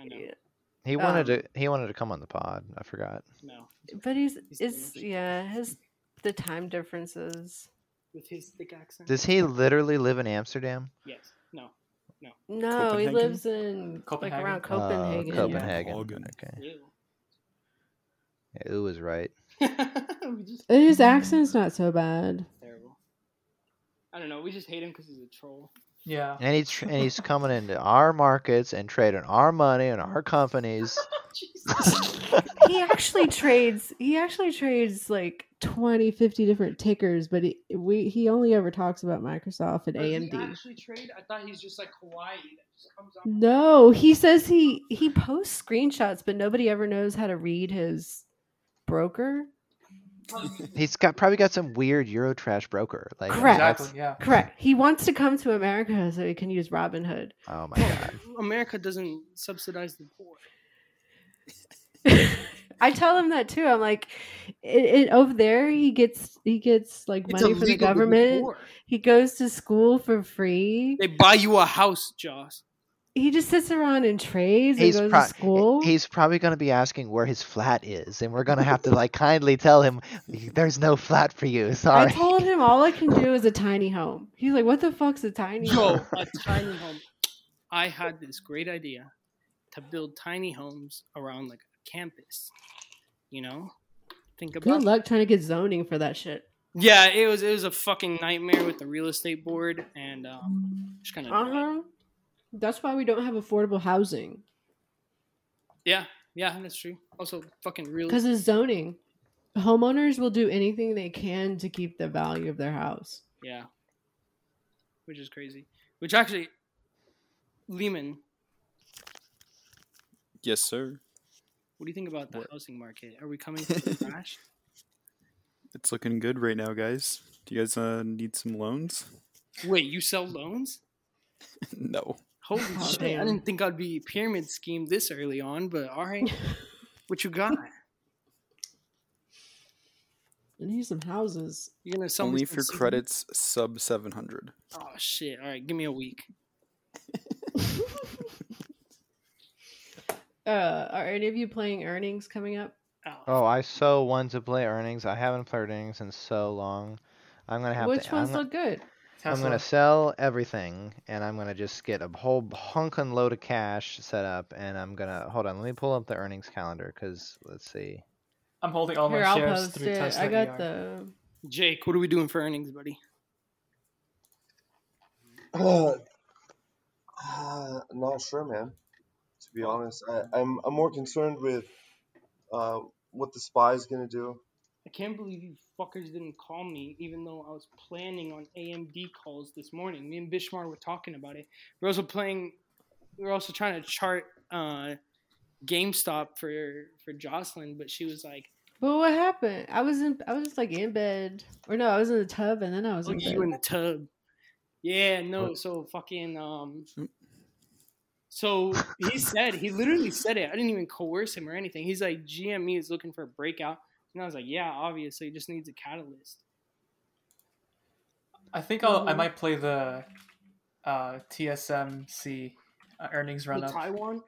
Speaker 1: I know.
Speaker 7: it.
Speaker 5: he wanted
Speaker 7: um,
Speaker 5: to he wanted to come on the pod. I forgot.
Speaker 1: No,
Speaker 7: But he's
Speaker 1: He's
Speaker 7: it's
Speaker 1: Danish.
Speaker 7: yeah his the time differences.
Speaker 1: with his thick accent.
Speaker 5: Does he literally live in Amsterdam?
Speaker 1: Yes. No.
Speaker 7: No,
Speaker 6: Copenhagen?
Speaker 7: he lives in
Speaker 8: Copenhagen?
Speaker 7: like around
Speaker 8: Oh,
Speaker 5: Oh,
Speaker 7: Copenhagen.
Speaker 5: Copenhagen.
Speaker 6: Hagen.
Speaker 5: Okay,
Speaker 1: Ew.
Speaker 5: yeah, Ooh was right.
Speaker 1: we just
Speaker 7: Uh, His accent's not so bad.
Speaker 1: terrible. I don't know. We just hate him because he's a troll.
Speaker 8: Yeah.
Speaker 5: And he's tr- and he's coming into our markets and trading our money and our companies.
Speaker 7: he actually trades he actually trades like 20 50 different tickers but he we he only ever talks about microsoft and
Speaker 1: Does he
Speaker 7: amd
Speaker 1: actually trade? I thought he's just like Hawaii that just comes out.
Speaker 7: no he says he he posts screenshots but nobody ever knows how to read his broker
Speaker 5: he's got probably got some weird Euro trash broker. Like I mean,
Speaker 7: correct
Speaker 5: that's-
Speaker 8: yeah.
Speaker 7: correct he wants to come to america so he can use robinhood
Speaker 5: Oh my god.
Speaker 1: America doesn't subsidize the poor.
Speaker 7: I tell him that too. I'm like, it, it, over there he gets he gets like money from the
Speaker 1: illegal to be
Speaker 7: government.
Speaker 1: poor.
Speaker 7: He goes to school for free.
Speaker 1: They buy you a house, Josh.
Speaker 7: He just sits around and trades
Speaker 5: He's,
Speaker 7: and goes
Speaker 5: pro-
Speaker 7: to school.
Speaker 5: he's probably going to be asking where his flat is, and we're going to have to like kindly tell him, "There's no flat for you.
Speaker 7: I
Speaker 5: Sorry."
Speaker 7: told him all I can do is a tiny home. He's like, what the fuck's a tiny
Speaker 1: Yo,
Speaker 7: home?
Speaker 1: a tiny home. I had this great idea to build tiny homes around like a campus. You know, think about
Speaker 7: Good luck trying to get zoning for that shit.
Speaker 1: Yeah, it was it was a fucking nightmare with the real estate board and um, just kind of
Speaker 7: Uh
Speaker 8: Uh-huh.
Speaker 7: huh. That's why we don't have affordable housing
Speaker 1: yeah yeah that's true. Also, fucking real
Speaker 7: because of zoning. Homeowners will do anything they can to keep the value of their house.
Speaker 1: yeah, which is crazy. Which actually, Lehman,
Speaker 6: Yes, sir.
Speaker 1: what do you think about the housing market? Are we coming to a crash?
Speaker 6: It's looking good right now, guys. Do you guys uh, need some loans?
Speaker 1: Wait, you sell loans?
Speaker 6: no.
Speaker 1: Holy
Speaker 7: Oh,
Speaker 1: shit! I
Speaker 7: damn.
Speaker 1: didn't think I'd be pyramid scheme this early on, but all right, what you got?
Speaker 7: I need some houses.
Speaker 1: You're gonna sell me
Speaker 6: Only if
Speaker 1: some
Speaker 6: your
Speaker 1: seeds?
Speaker 6: credit's sub 700.
Speaker 1: Oh shit! All right, give me a week.
Speaker 7: Uh, are any of you playing earnings coming up?
Speaker 1: Oh,
Speaker 5: oh, I so want to play earnings. I haven't played earnings in so long. I'm gonna have
Speaker 7: Which
Speaker 5: to. I'm
Speaker 7: ones
Speaker 5: gonna-
Speaker 7: look good?
Speaker 5: I'm
Speaker 8: Tesla.
Speaker 5: gonna sell everything, and I'm gonna just get a whole hunkin' load of cash set up, and I'm gonna hold on. Let me pull up the earnings calendar, cause let's see.
Speaker 8: I'm holding all
Speaker 7: Here,
Speaker 8: my
Speaker 7: I'll
Speaker 8: shares
Speaker 7: post
Speaker 8: through
Speaker 7: it.
Speaker 8: Tesla.
Speaker 7: I got
Speaker 8: ER.
Speaker 7: the.
Speaker 1: Jake, what are we doing for earnings, buddy?
Speaker 10: Uh, uh, not sure, man. To be honest, I, I'm I'm more concerned with uh, what the spy's gonna do.
Speaker 1: I can't believe you fuckers didn't call me, even though I was planning on AMD calls this morning. Me and Bishmar were talking about it. We are also playing. We were also trying to chart uh, GameStop for for Jocelyn, but she was like,
Speaker 7: But what happened? I was in. I was just like in bed, or no, I was in the tub, and then I was
Speaker 1: "Oh,
Speaker 7: in
Speaker 1: you in
Speaker 7: bed.
Speaker 1: the tub." Yeah, no. So fucking. Um,
Speaker 8: Hmm.
Speaker 1: so he said he literally said it. I didn't even coerce him or anything. He's like, GME is looking for a breakout, and I was like, yeah, obviously, it just needs a catalyst.
Speaker 8: I think I'll, I
Speaker 7: Mhm.
Speaker 8: might play the uh, TSMC uh, earnings
Speaker 1: The
Speaker 8: run up.
Speaker 1: Taiwan.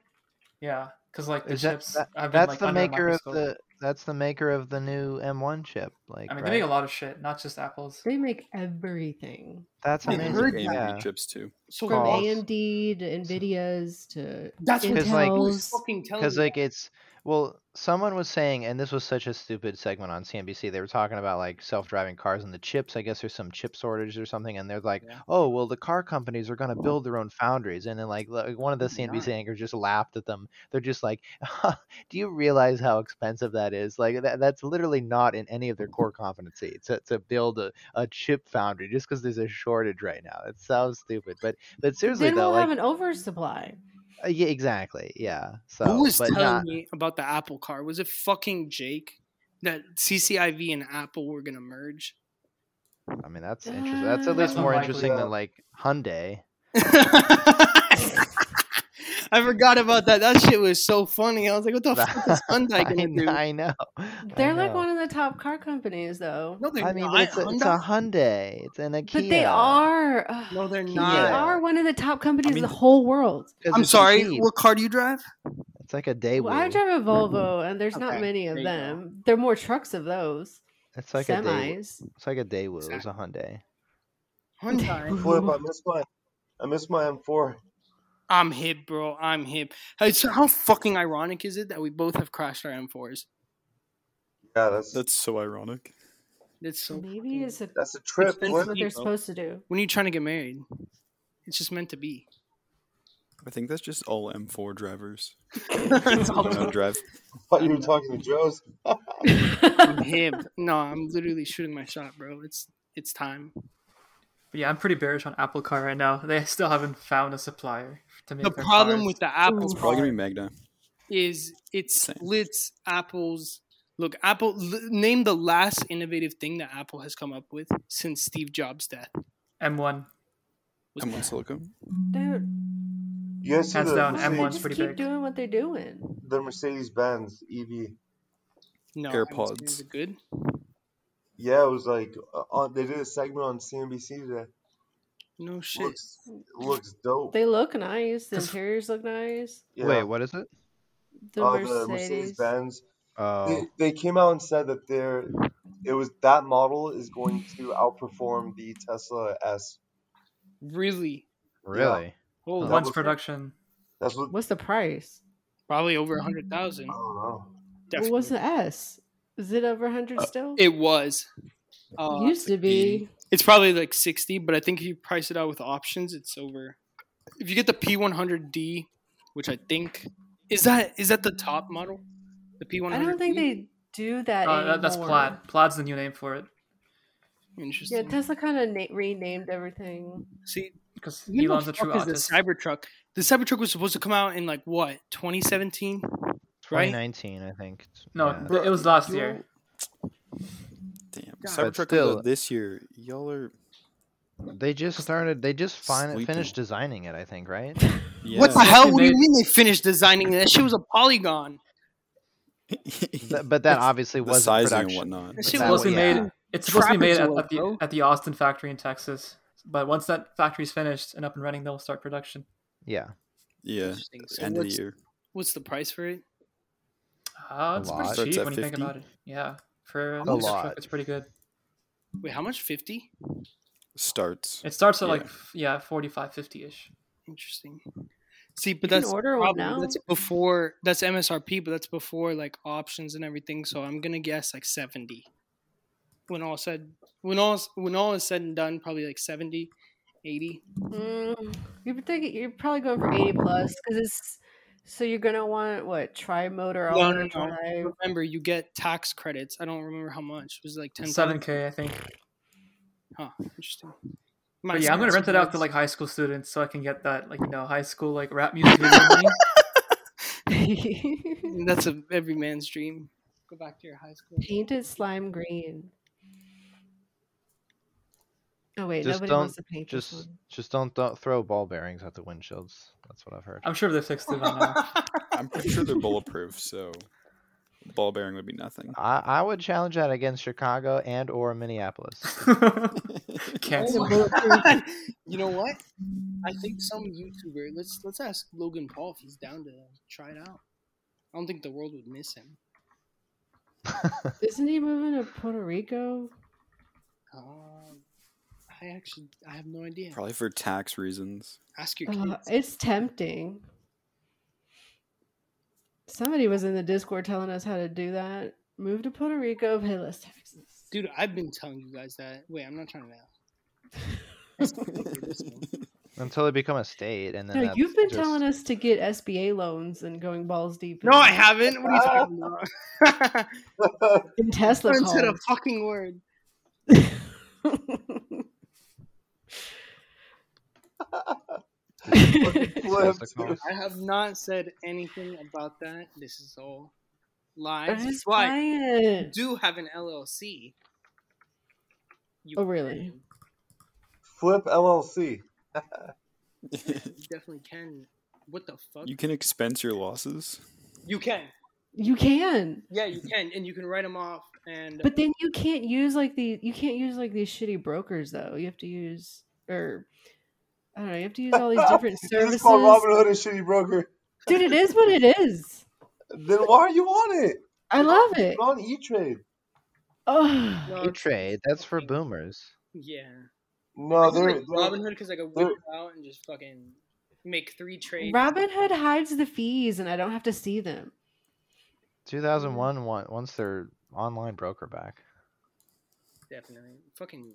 Speaker 8: Yeah, because like the
Speaker 5: Is that-
Speaker 8: chips
Speaker 5: that-
Speaker 8: have been
Speaker 5: that's
Speaker 8: like
Speaker 5: the
Speaker 8: under a
Speaker 5: maker of
Speaker 8: microscope.
Speaker 5: the that's the maker of the new M1 chip. Like,
Speaker 8: I mean,
Speaker 5: right?
Speaker 8: they make a lot of shit, not just apples.
Speaker 7: They make everything
Speaker 5: that's
Speaker 1: I
Speaker 6: And
Speaker 5: amazing.
Speaker 6: there's
Speaker 1: heard
Speaker 6: AMD
Speaker 5: yeah.
Speaker 6: chips too.
Speaker 1: So
Speaker 7: from
Speaker 5: Calls.
Speaker 7: AMD to Nvidia's to
Speaker 1: That's what
Speaker 5: 'Cause, like-
Speaker 7: Intel's.
Speaker 1: fucking telling
Speaker 5: because
Speaker 1: me.
Speaker 5: like it's well someone was saying and this was such a stupid segment on cnbc they were talking about like self-driving cars and the chips i guess there's some chip shortage or something and they're like
Speaker 1: Yeah.
Speaker 5: oh well the car companies are going to build their own foundries and then like the- one of the cnbc anchors just laughed at them they're just like do you realize how expensive that is like that, that's literally not in any of their core competency to, to build a, a chip foundry just because there's a shortage right now it sounds stupid but but seriously
Speaker 7: Then
Speaker 5: though
Speaker 7: we'll
Speaker 5: like
Speaker 7: have an oversupply.
Speaker 5: uh, yeah exactly yeah so
Speaker 1: Who was
Speaker 5: oh, but
Speaker 1: telling
Speaker 5: not,
Speaker 1: me about the Apple car? Was it fucking Jake? That CCIV and Apple were gonna merge.
Speaker 5: I mean, that's interesting. That's at
Speaker 1: Ah,
Speaker 7: That's
Speaker 5: least more
Speaker 8: unlikely,
Speaker 5: interesting
Speaker 10: though.
Speaker 5: than like Hyundai.
Speaker 1: I forgot about that. That shit was so funny. I was like, "What the fuck is Hyundai
Speaker 5: I,
Speaker 1: gonna
Speaker 5: kn-
Speaker 1: do?"
Speaker 5: I know.
Speaker 7: They're like
Speaker 5: of
Speaker 7: one of the top car companies, though.
Speaker 1: No, they're
Speaker 5: I mean,
Speaker 1: not.
Speaker 5: but it's a, it's a
Speaker 1: Hyundai-
Speaker 5: Hyundai. It's an Kia.
Speaker 7: But they are. ugh,
Speaker 1: no, they're
Speaker 5: Kia.
Speaker 7: they
Speaker 1: not.
Speaker 7: are one of the top companies in
Speaker 6: mean-
Speaker 7: the whole world.
Speaker 5: 'Cause
Speaker 1: I'm
Speaker 5: it's
Speaker 1: sorry.
Speaker 5: cheap.
Speaker 1: What car do you drive?
Speaker 5: It's like a Daewoo.
Speaker 7: Well, I drive a Volvo, and there's not
Speaker 1: Okay,
Speaker 7: many of
Speaker 1: there you go.
Speaker 7: them. There are more trucks of those.
Speaker 5: It's like a Daewoo.
Speaker 7: semis.
Speaker 5: It's like a Daewoo. It's a
Speaker 1: Exactly.
Speaker 5: Hyundai.
Speaker 1: Hyundai.
Speaker 8: Mm-hmm.
Speaker 10: Flip, I missed my I missed my M4.
Speaker 1: I'm hip, bro. I'm hip. Hey, so how fucking ironic is it that we both have crashed our M4s?
Speaker 10: Yeah, that's
Speaker 6: That's so ironic.
Speaker 1: That's so.
Speaker 7: Maybe it's a,
Speaker 10: that's a trip.
Speaker 7: that's
Speaker 1: Expensive
Speaker 10: Flip.
Speaker 7: what
Speaker 1: you,
Speaker 7: they're
Speaker 1: bro.
Speaker 7: supposed to do.
Speaker 1: When are you trying to get married? It's just meant to be.
Speaker 6: I think that's just all M4 drivers.
Speaker 1: It's all-
Speaker 6: Don't know how to drive.
Speaker 10: thought you were talking to Joe's.
Speaker 1: I'm him. No, I'm literally shooting my shot, bro. It's it's time.
Speaker 8: But yeah, I'm pretty bearish on Apple Car right now. They still haven't found a supplier to make
Speaker 1: The
Speaker 8: their
Speaker 1: problem
Speaker 8: cars.
Speaker 1: with the Apple
Speaker 6: It's probably
Speaker 1: car
Speaker 6: gonna be Magna.
Speaker 1: is it splits Apple's look. Apple l- name the last innovative thing that Apple has come up with since Steve Jobs' death.
Speaker 8: M1.
Speaker 6: M1 silicon.
Speaker 7: Dude,
Speaker 10: You guys see
Speaker 8: Hands
Speaker 10: the,
Speaker 8: down,
Speaker 7: why don't they
Speaker 8: M1's
Speaker 10: Mercedes,
Speaker 7: just
Speaker 8: pretty
Speaker 7: keep
Speaker 8: big.
Speaker 7: doing what they're doing?
Speaker 10: the E Mercedes-Benz EV.
Speaker 1: No,
Speaker 6: AirPods.
Speaker 1: Is good?
Speaker 10: Yeah, it was like uh, on, they did a segment on CNBC today.
Speaker 1: No shit.
Speaker 10: Looks looks dope.
Speaker 7: They look nice. The interiors look nice.
Speaker 10: Yeah.
Speaker 5: Wait, what is it?
Speaker 7: The
Speaker 10: Uh, the
Speaker 7: Mercedes.
Speaker 10: Mercedes-Benz.
Speaker 5: Oh,
Speaker 10: They, they came out and said that they're it was that model is going to outperform the Tesla S.
Speaker 1: Really? Oh,
Speaker 5: really?
Speaker 1: Holy,
Speaker 5: Huh.
Speaker 8: Once
Speaker 10: Double-
Speaker 8: production.
Speaker 10: That's what
Speaker 7: What's the price?
Speaker 1: probably over a hundred thousand.
Speaker 10: I don't know.
Speaker 7: What
Speaker 1: Definitely.
Speaker 7: was the S? Is Uh, it over 100 still?
Speaker 1: It was. Uh,
Speaker 7: used to be.
Speaker 1: It's probably like 60, but I think if you price it out with options, it's over. If you get the P100D, which I think is that is that the top model? The P100.
Speaker 7: I don't think they do that
Speaker 8: Uh, that- that's
Speaker 7: anymore.
Speaker 8: Plaid. Plaid's the new name for it.
Speaker 7: Yeah,
Speaker 1: Interesting.
Speaker 7: Tesla kind of na- renamed everything.
Speaker 1: See,
Speaker 8: Because
Speaker 1: who the
Speaker 8: Elon's a true
Speaker 1: fuck
Speaker 8: artist.
Speaker 1: is the Cybertruck? The Cybertruck was supposed to come out in like what 2017, right?
Speaker 5: 2019, I think.
Speaker 8: No,
Speaker 5: Yeah.
Speaker 8: th- it was last year.
Speaker 6: Damn.
Speaker 1: But
Speaker 6: Cybertruck comes
Speaker 5: still-
Speaker 6: out this year. Y'all are.
Speaker 5: they just started. They just fin-
Speaker 6: Sleeping.
Speaker 5: finished designing it, I think, right?
Speaker 6: Yeah.
Speaker 1: What the
Speaker 8: Yeah.
Speaker 1: hell? What do you
Speaker 8: They-
Speaker 1: mean they finished designing it? That shit was a polygon.
Speaker 5: Th- but that
Speaker 6: It's
Speaker 5: obviously
Speaker 6: the
Speaker 5: was in
Speaker 6: sizing and
Speaker 5: production.
Speaker 6: whatnot.
Speaker 1: That
Speaker 8: It's
Speaker 1: shit
Speaker 5: That
Speaker 1: was
Speaker 8: supposed to be
Speaker 5: way-
Speaker 8: made. It's supposed to be made at,
Speaker 1: Trapezoid,
Speaker 8: at the
Speaker 1: bro.
Speaker 8: at the Austin factory in Texas. But once that factory's finished and up and running, they'll start production.
Speaker 5: Yeah.
Speaker 6: Yeah.
Speaker 1: Interesting. So
Speaker 6: End of the
Speaker 1: what's,
Speaker 6: year.
Speaker 1: what's the price for it?
Speaker 8: Uh,
Speaker 5: A
Speaker 8: it's
Speaker 5: lot.
Speaker 6: Starts
Speaker 8: pretty cheap
Speaker 6: at
Speaker 8: when you think
Speaker 6: 50?
Speaker 8: about it. Yeah, for a
Speaker 5: A
Speaker 8: pickup
Speaker 5: lot.
Speaker 8: truck, it's pretty good.
Speaker 1: Wait, how much? 50?
Speaker 6: Starts.
Speaker 8: It starts at
Speaker 6: Yeah.
Speaker 8: like f- yeah, 45, 50 ish.
Speaker 1: Interesting. See, but
Speaker 7: You can
Speaker 1: that's the
Speaker 7: order one
Speaker 1: problem. That's
Speaker 7: now.
Speaker 1: before that's MSRP, but that's before like options and everything. So I'm gonna guess like seventy. When all said, when all when all is said and done, probably like 70, 80.
Speaker 7: Mm, you're thinking you're probably going for 80 plus because it's so you're gonna want what tri motor all
Speaker 1: No, no,
Speaker 7: wheel
Speaker 1: no.
Speaker 7: drive.
Speaker 1: Remember, you get tax credits. I don't remember how much. It was like ten.
Speaker 8: Seven k, I think.
Speaker 1: Huh. Interesting. My
Speaker 8: But yeah, I'm gonna rent it out to like high school students so I can get that like you know high school like rap music video money.
Speaker 1: That's a every man's dream. Go back to your high school.
Speaker 7: Painted slime green. Oh wait,
Speaker 5: Just
Speaker 7: nobody
Speaker 5: don't-
Speaker 7: wants to paint this
Speaker 5: Just
Speaker 7: one.
Speaker 5: just don't th- throw ball bearings at the windshields. That's what I've heard.
Speaker 8: I'm sure they fixed it by now.
Speaker 6: I'm pretty sure they're bulletproof, so ball bearing would be nothing.
Speaker 5: I, I would challenge that against Chicago and or Minneapolis.
Speaker 7: Oh
Speaker 8: Cancel.
Speaker 1: God. you know what? I
Speaker 7: Mm.
Speaker 1: think some YouTuber. Let's let's ask Logan Paul if he's down to try it out. I don't think the world would miss him.
Speaker 7: Isn't he moving to Puerto Rico?
Speaker 1: Um, I actually I have no idea.
Speaker 6: Probably for tax reasons.
Speaker 1: Ask your
Speaker 7: Uh,
Speaker 1: kids.
Speaker 7: it's tempting. Somebody was in the Discord telling us how to do that. Move to Puerto Rico. Hey, let's text this.
Speaker 1: Dude, I've been telling you guys that. Wait, I'm not trying to.
Speaker 5: Until they become a state, and then
Speaker 7: No,
Speaker 5: that's
Speaker 7: you've been
Speaker 5: just-
Speaker 7: telling us to get SBA loans and going balls deep.
Speaker 1: No, I haven't. What are you talking about?
Speaker 7: in
Speaker 1: I
Speaker 7: Tesla
Speaker 1: haven't said a
Speaker 7: calls.
Speaker 1: fucking word.
Speaker 5: Tesla
Speaker 10: Flipped.
Speaker 5: calls.
Speaker 1: I have not said anything about that. This is all
Speaker 7: I'm
Speaker 1: lies.
Speaker 7: just
Speaker 1: That's why I
Speaker 7: quiet.
Speaker 1: do have an LLC. You
Speaker 7: Oh, really?
Speaker 10: Flip LLC.
Speaker 1: You definitely can. What the fuck?
Speaker 6: you can expense your losses.
Speaker 1: You can.
Speaker 7: You can,
Speaker 1: Yeah, you can, and you can write them off. And
Speaker 7: but then you can't use like the you can't use like these shitty brokers though. You have to use or I don't know. You have to use all these different
Speaker 10: This is called
Speaker 7: services.
Speaker 10: Robin Hood and Shitty Broker.
Speaker 7: Dude, it is what it is.
Speaker 10: Then why are you on it?
Speaker 7: I love
Speaker 10: It's
Speaker 7: it.
Speaker 10: on E Trade.
Speaker 7: Oh,
Speaker 1: No,
Speaker 5: E trade. That's for boomers.
Speaker 7: Mm-hmm.
Speaker 1: yeah,
Speaker 10: No,
Speaker 1: I
Speaker 10: Oh, they're,
Speaker 1: like
Speaker 10: they're
Speaker 1: Robin Hood because I could whip
Speaker 10: they're-
Speaker 1: it out and just fucking make three trades.
Speaker 7: Robin Hood hides the fees, and I don't have to see them.
Speaker 5: 2001. One, once they're online broker back.
Speaker 1: definitely fucking.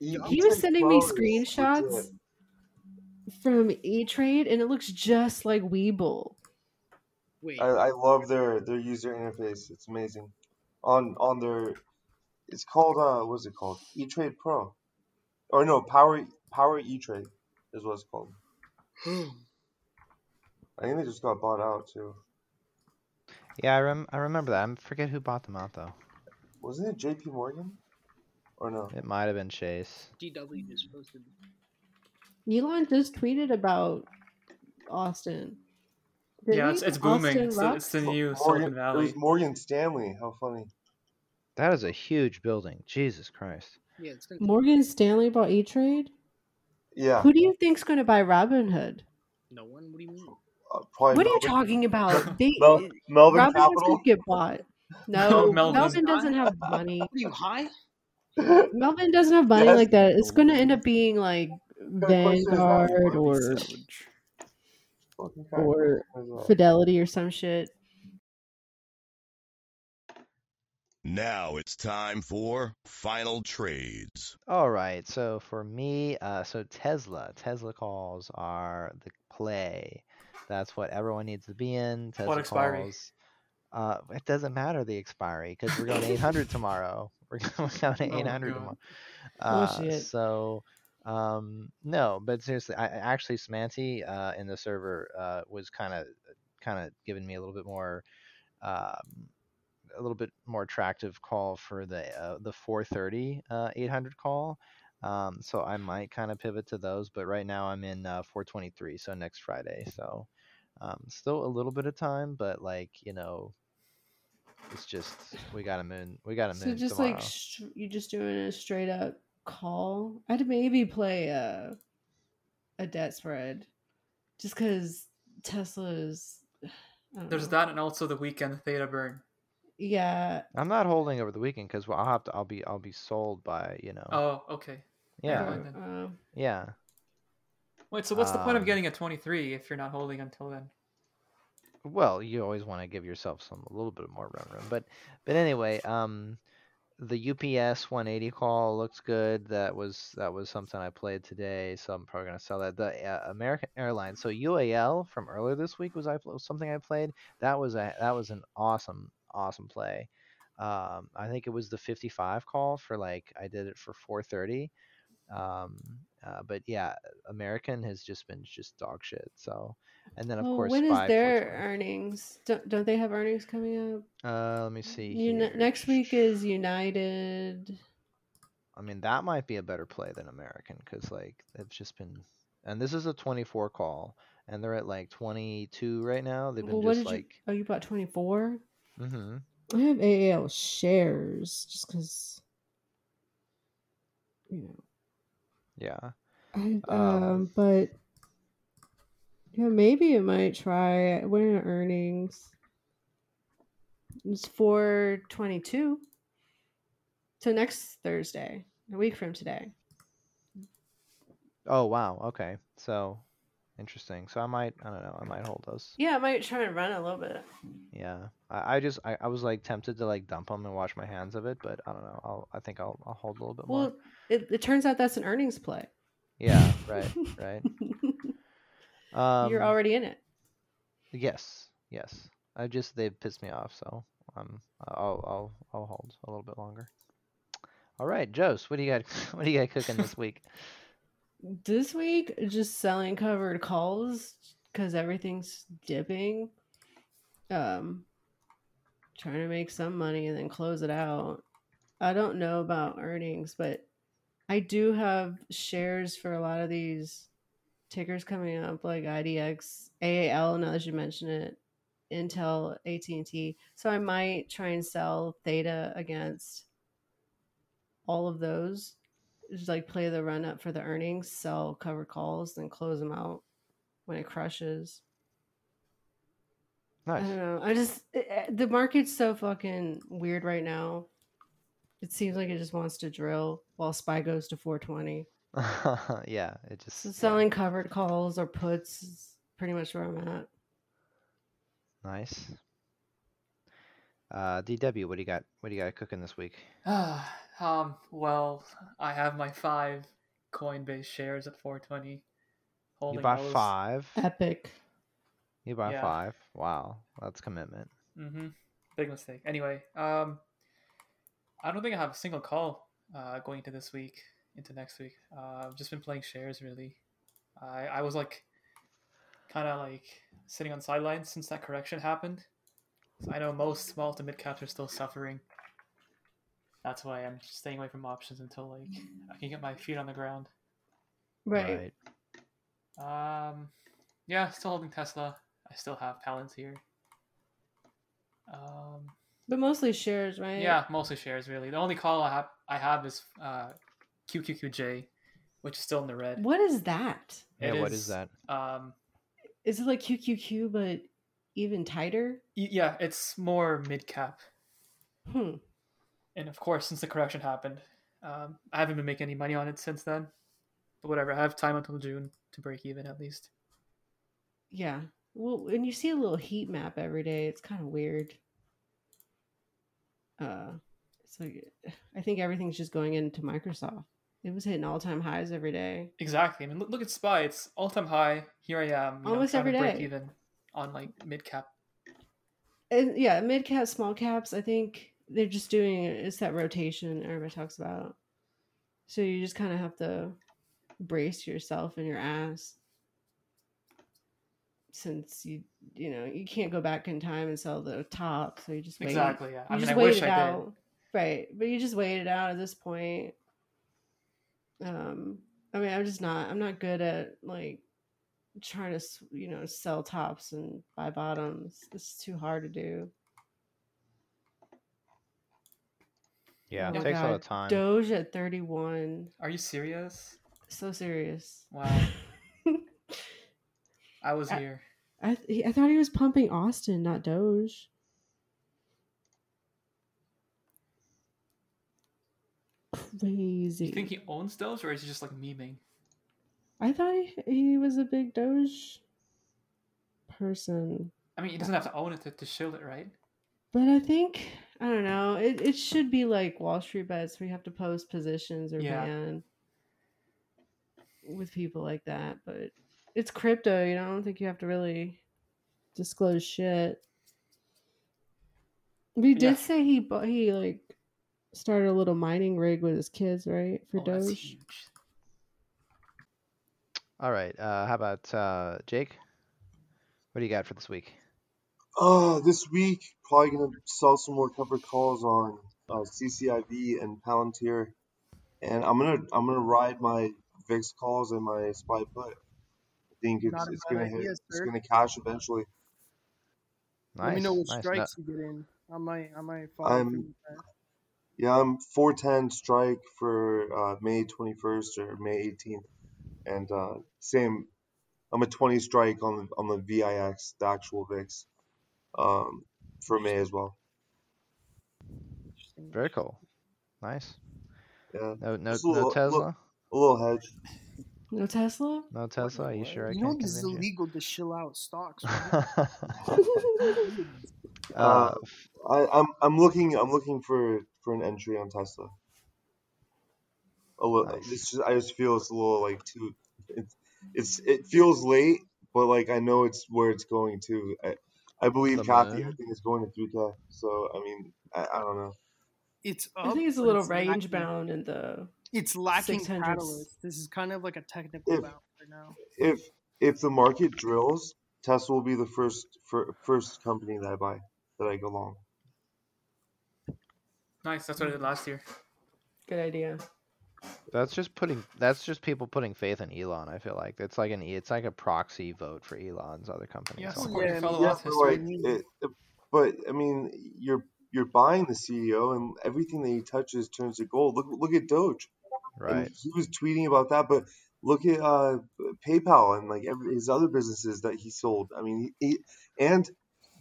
Speaker 10: E-
Speaker 7: He was
Speaker 10: E-Trade
Speaker 7: sending me
Speaker 10: Pro is legit.
Speaker 7: screenshots from E Trade, and it looks just like Weeble.
Speaker 10: I, I love their their user interface. It's amazing. On on their, it's called uh, what's it called? E Trade Pro, or no Power Power E Trade is what it's called. I think they just got bought out too.
Speaker 5: Yeah, I, rem- I remember that. I forget who bought them out though.
Speaker 10: Wasn't it J.P. Morgan? Or no?
Speaker 5: It might have been Chase.
Speaker 1: DW just posted.
Speaker 7: Elon just tweeted about Austin. Didn't
Speaker 8: yeah,
Speaker 7: he?
Speaker 8: it's, it's booming.
Speaker 7: Austin
Speaker 8: It's, the-
Speaker 7: Rock?
Speaker 8: it's the new
Speaker 10: Morgan,
Speaker 8: Silicon
Speaker 10: it
Speaker 8: Valley.
Speaker 10: was Morgan Stanley. How funny!
Speaker 5: That is a huge building. Jesus Christ.
Speaker 1: Yeah, it's gonna
Speaker 7: Morgan Stanley bought E Trade.
Speaker 10: Yeah,
Speaker 7: Who do you think's going to buy Robinhood?
Speaker 1: no one. What do you mean?
Speaker 10: uh, probably
Speaker 7: What are you
Speaker 10: Melvin-
Speaker 7: talking about? They,
Speaker 10: Mel- Melvin
Speaker 7: Robinhood
Speaker 10: Capital.
Speaker 7: could get bought. No,
Speaker 8: Melvin.
Speaker 7: Melvin doesn't have money.
Speaker 1: What are you high?
Speaker 7: Melvin doesn't have money
Speaker 10: Yes.
Speaker 7: like that. It's going to end up being like
Speaker 10: question is, how do you
Speaker 7: Vanguard
Speaker 10: buy
Speaker 7: or
Speaker 6: Salvage.
Speaker 10: Fucking kind of
Speaker 7: or
Speaker 10: question is that?
Speaker 7: Fidelity or some shit.
Speaker 3: Now it's time for final trades.
Speaker 5: All right. So for me, uh, so Tesla, Tesla calls are the play. That's what everyone needs to be in. Tesla
Speaker 8: expiry?
Speaker 5: calls. Uh, it doesn't matter the expiry because we're going to 800 tomorrow. We're going to
Speaker 8: Oh my
Speaker 5: 800
Speaker 8: God.
Speaker 5: tomorrow. Uh,
Speaker 7: Bullshit.
Speaker 5: so um, no, but seriously, I I- actually Samanti uh, in the server uh, was kind of kind of giving me a little bit more um, a little bit more attractive call for the uh, the 430 uh, 800 call. Um, so I might kind of pivot to those, but right now I'm in uh, 423, so next Friday. So um, still a little bit of time, but like you know, it's just we got to moon, we got to
Speaker 7: So
Speaker 5: moon
Speaker 7: just
Speaker 5: tomorrow.
Speaker 7: like sh- you just doing a straight up call. I'd maybe play a a debt spread, just because Tesla is. I don't
Speaker 8: There's
Speaker 7: know.
Speaker 8: that, and also the weekend theta burn.
Speaker 7: Yeah,
Speaker 5: I'm not holding over the weekend because I'll have to, I'll be, I'll be sold by you know,
Speaker 8: Oh, okay.
Speaker 5: yeah,
Speaker 8: mind
Speaker 7: or,
Speaker 8: then.
Speaker 7: uh,
Speaker 5: yeah.
Speaker 8: Wait, so what's the point of
Speaker 5: Um,
Speaker 8: getting a 23 if you're not holding until then?
Speaker 5: Well, you always want to give yourself some a little bit more run room, but but anyway, um, the UPS 180 call looks good. That was that was something I played today, so I'm probably gonna sell that. The uh, American Airlines, so UAL from earlier this week was I was something I played. That was a that was an awesome awesome play. Um, I think it was the 55 call for like I did it for 430. Um, uh, but yeah, American has just been just dog shit. So, and then of
Speaker 7: well,
Speaker 5: course
Speaker 7: when is
Speaker 5: five
Speaker 7: their earnings? Don't, don't they have earnings coming up?
Speaker 5: uh, let me see
Speaker 7: Uni-
Speaker 5: here.
Speaker 7: next week is United.
Speaker 5: I mean, that might be a better play than American because like they've just been. And this is a 24 call, and they're at like 22 right now. They've
Speaker 7: Well,
Speaker 5: been
Speaker 7: what
Speaker 5: just
Speaker 7: did you?
Speaker 5: like.
Speaker 7: Oh, you bought twenty four.
Speaker 5: hmm
Speaker 7: I have AAL shares just because you know.
Speaker 5: Yeah.
Speaker 7: I,
Speaker 5: Um,
Speaker 7: um, but yeah, maybe it might try. What are the earnings? It's four twenty two. So next Thursday, a week from today.
Speaker 5: Oh wow. Okay. So, interesting. So I might. I don't know. I might hold those.
Speaker 7: Yeah, it might try and run a little bit.
Speaker 5: Yeah. I, I just. I, I was like tempted to like dump them and wash my hands of it, but I don't know. I'll. I think I'll. I'll hold a little bit more.
Speaker 7: Well, it, it turns out that's an earnings play.
Speaker 5: yeah. Right. Right. Um,
Speaker 7: You're already in it.
Speaker 5: Yes, yes. I just they've pissed me off, so um, I'll I'll I'll hold a little bit longer. All right, Jose, what do you got? What do you got cooking this week?
Speaker 7: This week, just selling covered calls because everything's dipping. Um, trying to make some money and then close it out. I don't know about earnings, but I do have shares for a lot of these tickers coming up, like IDX, AAL. Now that you mention it, Intel, AT and T. So I might try and sell Theta against all of those. Just like play the run up for the earnings, sell cover calls, then close them out when it crushes. I don't
Speaker 5: Nice.
Speaker 7: know. I just it- it- the market's so fucking weird right now. It seems like it just wants to drill while SPY goes to 420.
Speaker 5: yeah, it just
Speaker 7: So
Speaker 5: yeah,
Speaker 7: selling covered calls or puts is pretty much where I'm at.
Speaker 5: nice. Uh, DW, what do you got? What do you got cooking this week?
Speaker 8: Ah, um, well, I have my five Coinbase shares at 420.
Speaker 5: You
Speaker 8: holding
Speaker 5: bought
Speaker 8: those.
Speaker 5: five.
Speaker 7: Epic.
Speaker 5: You bought
Speaker 8: Yeah.
Speaker 5: five. Wow, that's commitment.
Speaker 8: Mm-hmm. Big mistake. Anyway, um, I don't think I have a single call uh, going into this week, into next week. Uh, I've just been playing shares really. I I was like, kind of like sitting on sidelines since that correction happened. So I know most small to mid caps are still suffering. That's why I'm staying away from options until like I can get my feet on the ground.
Speaker 7: Right.
Speaker 8: Um, yeah, still holding Tesla. I still have Palantir. Um,
Speaker 7: But mostly shares, right?
Speaker 8: Yeah, mostly shares really. The only call I have I have is uh, QQQJ, which is still in the red.
Speaker 7: What is that?
Speaker 5: Yeah,
Speaker 8: It
Speaker 5: what is that?
Speaker 8: Um,
Speaker 7: Is it like QQQ but even tighter?
Speaker 8: y- yeah, it's more mid cap,
Speaker 7: Hmm.
Speaker 8: and of course, since the correction happened, um, I haven't been making any money on it since then. But whatever, I have time until June to break even at least.
Speaker 7: Yeah. Well, and you see a little heat map every day. It's kind of weird. Uh, so I think everything's just going into Microsoft. It was hitting all time highs every day.
Speaker 8: Exactly. I mean, look, look at Spy. It's all time high. Here I am. You
Speaker 7: Almost
Speaker 8: know, trying
Speaker 7: every
Speaker 8: to break
Speaker 7: day.
Speaker 8: even on like mid cap.
Speaker 7: And yeah, mid caps, small caps. I think they're just doing it's that rotation everybody talks about. So you just kind of have to brace yourself and your ass, since you you know you can't go back in time and sell the top. So you just wait.
Speaker 8: Exactly. Yeah. I
Speaker 7: you
Speaker 8: mean,
Speaker 7: just
Speaker 8: I
Speaker 7: wait
Speaker 8: wish
Speaker 7: it
Speaker 8: I did.
Speaker 7: out, right? But you just wait it out at this point. Um, I mean, I'm just not. I'm not good at like trying to s- you know sell tops and buy bottoms. This is too hard to do.
Speaker 5: Yeah,
Speaker 7: Oh
Speaker 5: it
Speaker 7: my
Speaker 5: takes a lot of
Speaker 7: God.
Speaker 5: time.
Speaker 7: Doge at 31.
Speaker 8: Are you serious?
Speaker 7: So serious.
Speaker 8: Wow. I was
Speaker 7: I-
Speaker 8: here.
Speaker 7: I th- I thought he was pumping Austin, not Doge. Crazy.
Speaker 8: Do you think he owns those, or is he just like memeing?
Speaker 7: I thought he, he was a big Doge person.
Speaker 8: I mean, he doesn't have to own it to, to shield it, right?
Speaker 7: But I think I don't know. It it should be like Wall Street bets where you have to post positions or
Speaker 8: Yeah.
Speaker 7: ban with people like that. But it's crypto, you know. I don't think you have to really disclose shit. But he did
Speaker 8: Yeah.
Speaker 7: say he bought he like started a little mining rig with his kids, right? For
Speaker 8: Oh, that's
Speaker 7: Doge.
Speaker 8: huge.
Speaker 5: All right. Uh, how about uh, Jake? What do you got for this week?
Speaker 10: Uh, this week, probably going to sell some more covered calls on uh, CCIV and Palantir, and I'm gonna I'm gonna ride my VIX calls and my SPY put. I think it's
Speaker 1: Not a
Speaker 10: it's
Speaker 1: bad
Speaker 10: gonna hit.
Speaker 1: idea,
Speaker 10: It's
Speaker 1: sir.
Speaker 10: gonna cash eventually.
Speaker 5: Nice.
Speaker 1: Let me know what
Speaker 5: nice. No-
Speaker 1: strikes you get in. I might, I might follow
Speaker 10: I'm-
Speaker 1: through with that.
Speaker 10: Yeah, I'm 410 strike for uh, May 21st or May 18th, and uh, same. I'm a 20 strike on the on the VIX, the actual VIX, um, for May as well.
Speaker 1: Interesting.
Speaker 5: Very cool. Nice.
Speaker 10: Yeah,
Speaker 5: No, no,
Speaker 10: Just a
Speaker 5: no
Speaker 10: little-
Speaker 5: Tesla.
Speaker 10: a little hedge.
Speaker 7: No Tesla.
Speaker 5: No Tesla. Are you sure I
Speaker 1: You know
Speaker 5: can't
Speaker 1: this is
Speaker 5: convince you?
Speaker 1: illegal to shill out stocks. right?
Speaker 5: uh,
Speaker 10: Uh, I, I'm I'm looking I'm looking for for an entry on Tesla. A little,
Speaker 5: Nice.
Speaker 10: it's just, I just feel it's a little like too it's it's it feels late, but like I know it's where it's going to. I, I believe
Speaker 5: The
Speaker 10: Kathy. I
Speaker 5: moon?
Speaker 10: think it's going to 3K. So I mean I, I don't know.
Speaker 1: It's
Speaker 8: Oh,
Speaker 1: up.
Speaker 7: I think it's a
Speaker 1: but
Speaker 7: little
Speaker 1: lacking-
Speaker 7: range bound in the
Speaker 1: It's lacking
Speaker 7: 600s.
Speaker 1: catalyst. This is kind of like a technical
Speaker 10: If
Speaker 1: bounce right now.
Speaker 10: if if the market drills, Tesla will be the first fir, first company that I buy that I go long.
Speaker 8: Nice. That's what I did last year.
Speaker 7: good idea.
Speaker 5: That's just putting. That's just people putting faith in Elon. I feel like it's like an. e- It's like a proxy vote for Elon's other companies.
Speaker 8: Yeah,
Speaker 5: almost.
Speaker 8: support your
Speaker 10: Yeah,
Speaker 8: fellow
Speaker 10: yeah, but
Speaker 8: authors,
Speaker 10: like
Speaker 8: right?
Speaker 10: it, it- but I mean, you're you're buying the CEO, and everything that he touches turns to gold. Look look at Doge, and
Speaker 5: Right.
Speaker 10: he was tweeting about that. But look at uh, PayPal and like every, his other businesses that he sold. I mean, he, and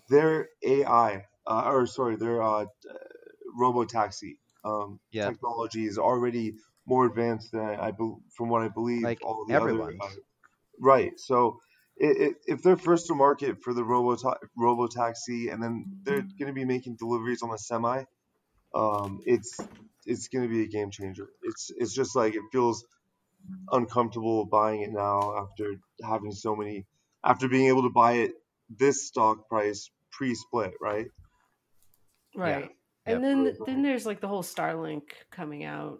Speaker 10: their AI, uh, or sorry, their uh, robo taxi um,
Speaker 5: Yep.
Speaker 10: technology is already more advanced than I, I bel from what I believe
Speaker 5: Like
Speaker 10: all the other uh,
Speaker 5: everyone's.
Speaker 10: Right. So it, it, if they're first to market for the robo robo taxi, and then they're going to be making deliveries on the semi, um, it's it's going to be a game changer. It's it's just like it feels uncomfortable buying it now after having so many, after being able to buy it this stock price pre-split, right?
Speaker 7: Right. And then then there's like the whole Starlink coming out.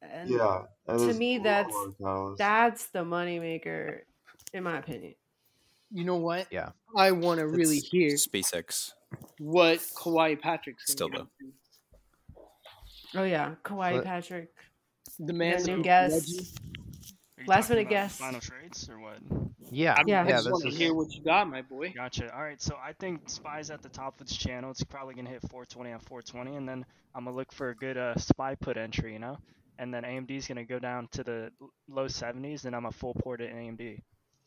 Speaker 7: And
Speaker 10: yeah. that
Speaker 7: to
Speaker 10: is
Speaker 7: me
Speaker 10: a lot
Speaker 7: that's
Speaker 10: of catalysts.
Speaker 7: that's the moneymaker in my opinion.
Speaker 1: You know what?
Speaker 5: Yeah.
Speaker 1: I want to really
Speaker 6: It's
Speaker 1: hear
Speaker 6: SpaceX.
Speaker 1: what Kawhi Patrick's gonna
Speaker 6: Still
Speaker 1: get
Speaker 6: though.
Speaker 1: up to.
Speaker 7: Oh yeah, Kawhi
Speaker 5: But-
Speaker 7: Patrick.
Speaker 1: The man
Speaker 7: new
Speaker 1: who-
Speaker 7: guests.
Speaker 11: Are you
Speaker 7: Last
Speaker 11: talking about
Speaker 7: minute guess.
Speaker 11: Final trades or what?
Speaker 5: Yeah,
Speaker 1: I,
Speaker 7: Yeah.
Speaker 1: I
Speaker 5: yeah,
Speaker 1: just
Speaker 5: this
Speaker 1: want to
Speaker 5: is-
Speaker 1: hear what you got, my boy.
Speaker 11: Gotcha. All right, so I think Spy's at the top of this channel. It's probably gonna hit 420 on 420, and then I'm gonna look for a good uh, Spy put entry, you know. And then AMD's gonna go down to the l- low 70s, and I'm a full port at AMD.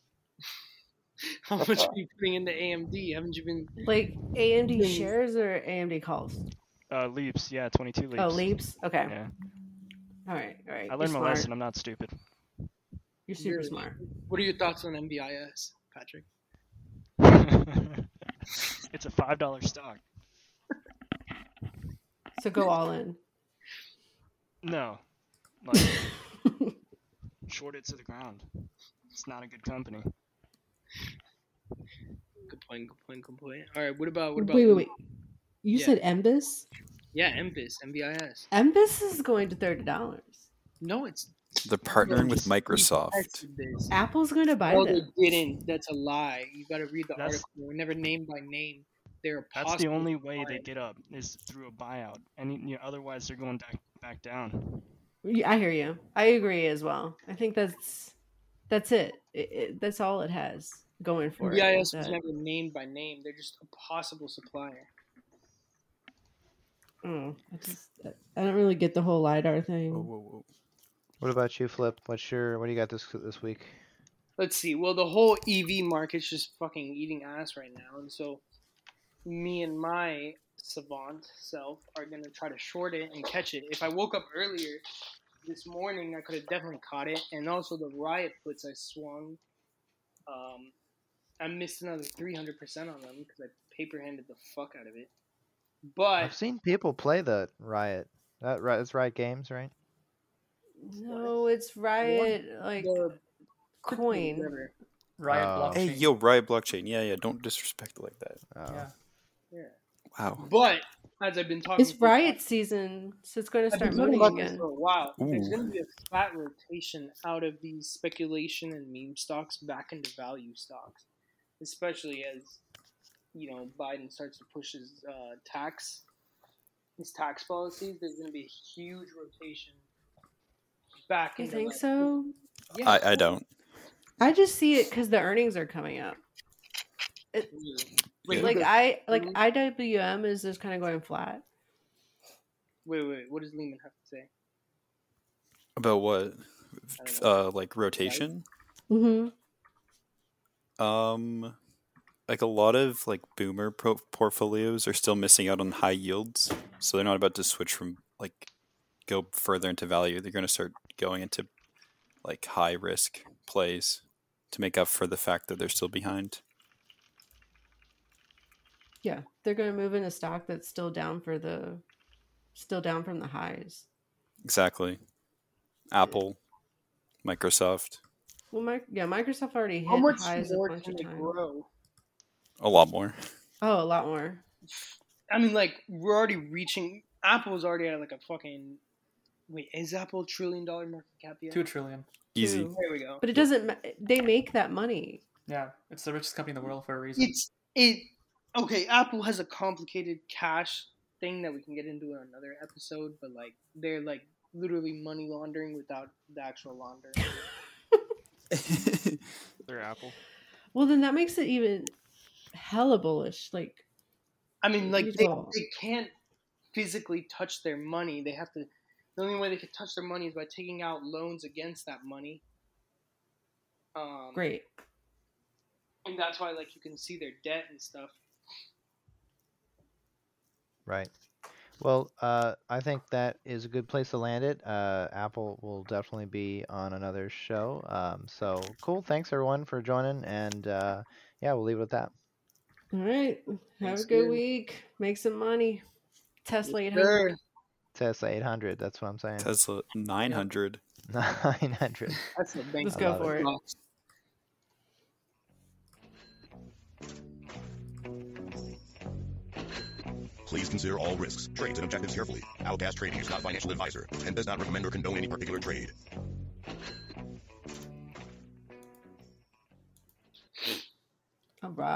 Speaker 1: How much are you putting into AMD? Haven't you been?
Speaker 7: Like AMD
Speaker 1: Then-
Speaker 7: shares or AMD calls?
Speaker 11: Uh, leaps, yeah, 22 leaps.
Speaker 7: Oh, leaps. Okay.
Speaker 11: Yeah,
Speaker 7: All right. All right.
Speaker 11: I
Speaker 7: You're
Speaker 11: learned my
Speaker 7: smart.
Speaker 11: lesson. I'm not stupid.
Speaker 7: You're super
Speaker 1: Really?
Speaker 7: smart.
Speaker 1: What are your thoughts on MBIS, Patrick?
Speaker 11: it's a five dollar stock.
Speaker 7: So go all in.
Speaker 11: No, like short it to the ground. It's not a good company.
Speaker 1: Good point. Good point. Good point. All right. What about what about?
Speaker 7: wait, wait, wait. You
Speaker 1: Yeah.
Speaker 7: said Embis?
Speaker 1: Yeah, MBIS, MBIS.
Speaker 7: Embis is going to thirty dollars.
Speaker 1: No, it's
Speaker 6: They're partnering
Speaker 1: Yes.
Speaker 6: with Microsoft.
Speaker 1: this.
Speaker 7: Apple's going to buy
Speaker 1: No, they
Speaker 7: them.
Speaker 1: didn't. That's a lie. You got to read the
Speaker 11: That's-
Speaker 1: article. We're never named by name. They're a
Speaker 11: That's the
Speaker 1: possible
Speaker 11: only way they
Speaker 1: client.
Speaker 11: get up is through a buyout, and you know, otherwise they're going back back down.
Speaker 7: Yeah, I hear you. I agree as well. I think that's that's it. it, it that's all it has going for it.
Speaker 1: MBIS was
Speaker 7: That-
Speaker 1: never named by name. They're just a possible supplier.
Speaker 7: mm, I, just, I don't really get the whole lidar thing.
Speaker 6: Whoa, whoa, whoa.
Speaker 5: What about you, Flip? What's your what do you got this this week?
Speaker 1: Let's see. Well, the whole EV market's just fucking eating ass right now, and so me and my savant self are gonna try to short it and catch it. If I woke up earlier this morning, I could have definitely caught it. And also the riot puts I swung, um, I missed another three hundred percent on them because I paper handed the fuck out of it.
Speaker 5: I've
Speaker 1: But
Speaker 5: seen people play the Riot. That Ri- that's Riot Games, right?
Speaker 7: No, it's Riot like
Speaker 1: the
Speaker 7: coin.
Speaker 1: whatever,
Speaker 8: Riot
Speaker 5: Uh,
Speaker 8: blockchain.
Speaker 6: Hey, yo, Riot Blockchain. Yeah, yeah. Don't disrespect it like that.
Speaker 5: Uh,
Speaker 8: Yeah.
Speaker 1: yeah.
Speaker 6: Wow.
Speaker 1: But as I've been talking,
Speaker 7: It's
Speaker 1: to-
Speaker 7: riot season, so it's going to
Speaker 1: I've been
Speaker 7: start
Speaker 1: talking
Speaker 7: moving
Speaker 1: about this
Speaker 7: again.
Speaker 1: for a while. There's
Speaker 6: Ooh.
Speaker 1: going to be a flat rotation out of these speculation and meme stocks back into value stocks, especially as you know Biden starts to push his uh, tax his tax policies. There's going to be a huge rotation back.
Speaker 7: You
Speaker 1: into
Speaker 7: think
Speaker 1: like-
Speaker 7: so?
Speaker 1: Yeah,
Speaker 6: I, I don't.
Speaker 7: I just see it because the earnings are coming up.
Speaker 1: absolutely.
Speaker 6: Yeah.
Speaker 1: Wait,
Speaker 7: Like
Speaker 1: the-
Speaker 7: I like
Speaker 1: Mhm.
Speaker 7: IWM is just kind of going flat.
Speaker 1: wait, wait. What does Lehman have to say?
Speaker 6: About what?
Speaker 1: I don't know.
Speaker 6: Uh, like rotation.
Speaker 7: Mm-hmm.
Speaker 6: Um, like a lot of like boomer pro- portfolios are still missing out on high yields, so they're not about to switch from like go further into value. They're going to start going into like high risk plays to make up for the fact that they're still behind.
Speaker 7: Yeah, they're going to move into stock that's still down for the, still down from the highs.
Speaker 6: Exactly. Apple, Microsoft,
Speaker 7: Well, my, yeah, Microsoft already hit
Speaker 1: How much
Speaker 7: highs a
Speaker 1: more
Speaker 7: bunch
Speaker 1: can
Speaker 7: of
Speaker 1: they
Speaker 7: times.
Speaker 1: grow?
Speaker 6: a lot more.
Speaker 7: Oh, a lot more.
Speaker 1: I mean, like we're already reaching. Apple's already at like a fucking. Wait, is Apple a trillion dollar market cap yet?
Speaker 8: Two trillion.
Speaker 6: Easy.
Speaker 7: too.
Speaker 1: There we go.
Speaker 7: But it doesn't. ma- They make that money.
Speaker 8: Yeah, it's the richest company in the world for a reason.
Speaker 1: It's it. Okay, Apple has a complicated cash thing that we can get into in another episode, but like they're like literally money laundering without the actual laundering.
Speaker 11: They're Apple.
Speaker 7: Well, then that makes it even hella bullish. Like,
Speaker 1: I mean, like
Speaker 7: Huge
Speaker 1: they,
Speaker 7: ball.
Speaker 1: they can't physically touch their money. They have to. The only way they can touch their money is by taking out loans against that money. Um,
Speaker 7: great.
Speaker 1: and that's why like you can see their debt and stuff.
Speaker 5: Right. Well, uh, I think that is a good place to land it. Uh, Apple will definitely be on another show. Um, so cool. Thanks everyone for joining, and uh, yeah, we'll leave it at that.
Speaker 7: All right. Have
Speaker 1: Thanks,
Speaker 7: a good
Speaker 1: dude.
Speaker 7: week. Make some money. Tesla
Speaker 1: Yes,
Speaker 7: 800.
Speaker 1: sir.
Speaker 5: Tesla 800. That's what I'm saying.
Speaker 6: Tesla 900.
Speaker 5: Nine hundred.
Speaker 1: That's the bank.
Speaker 7: Let's go for it.
Speaker 3: Please consider all risks, trades, and objectives carefully. Outcast Trading is not a financial advisor and does not recommend or condone any particular trade.
Speaker 7: All right.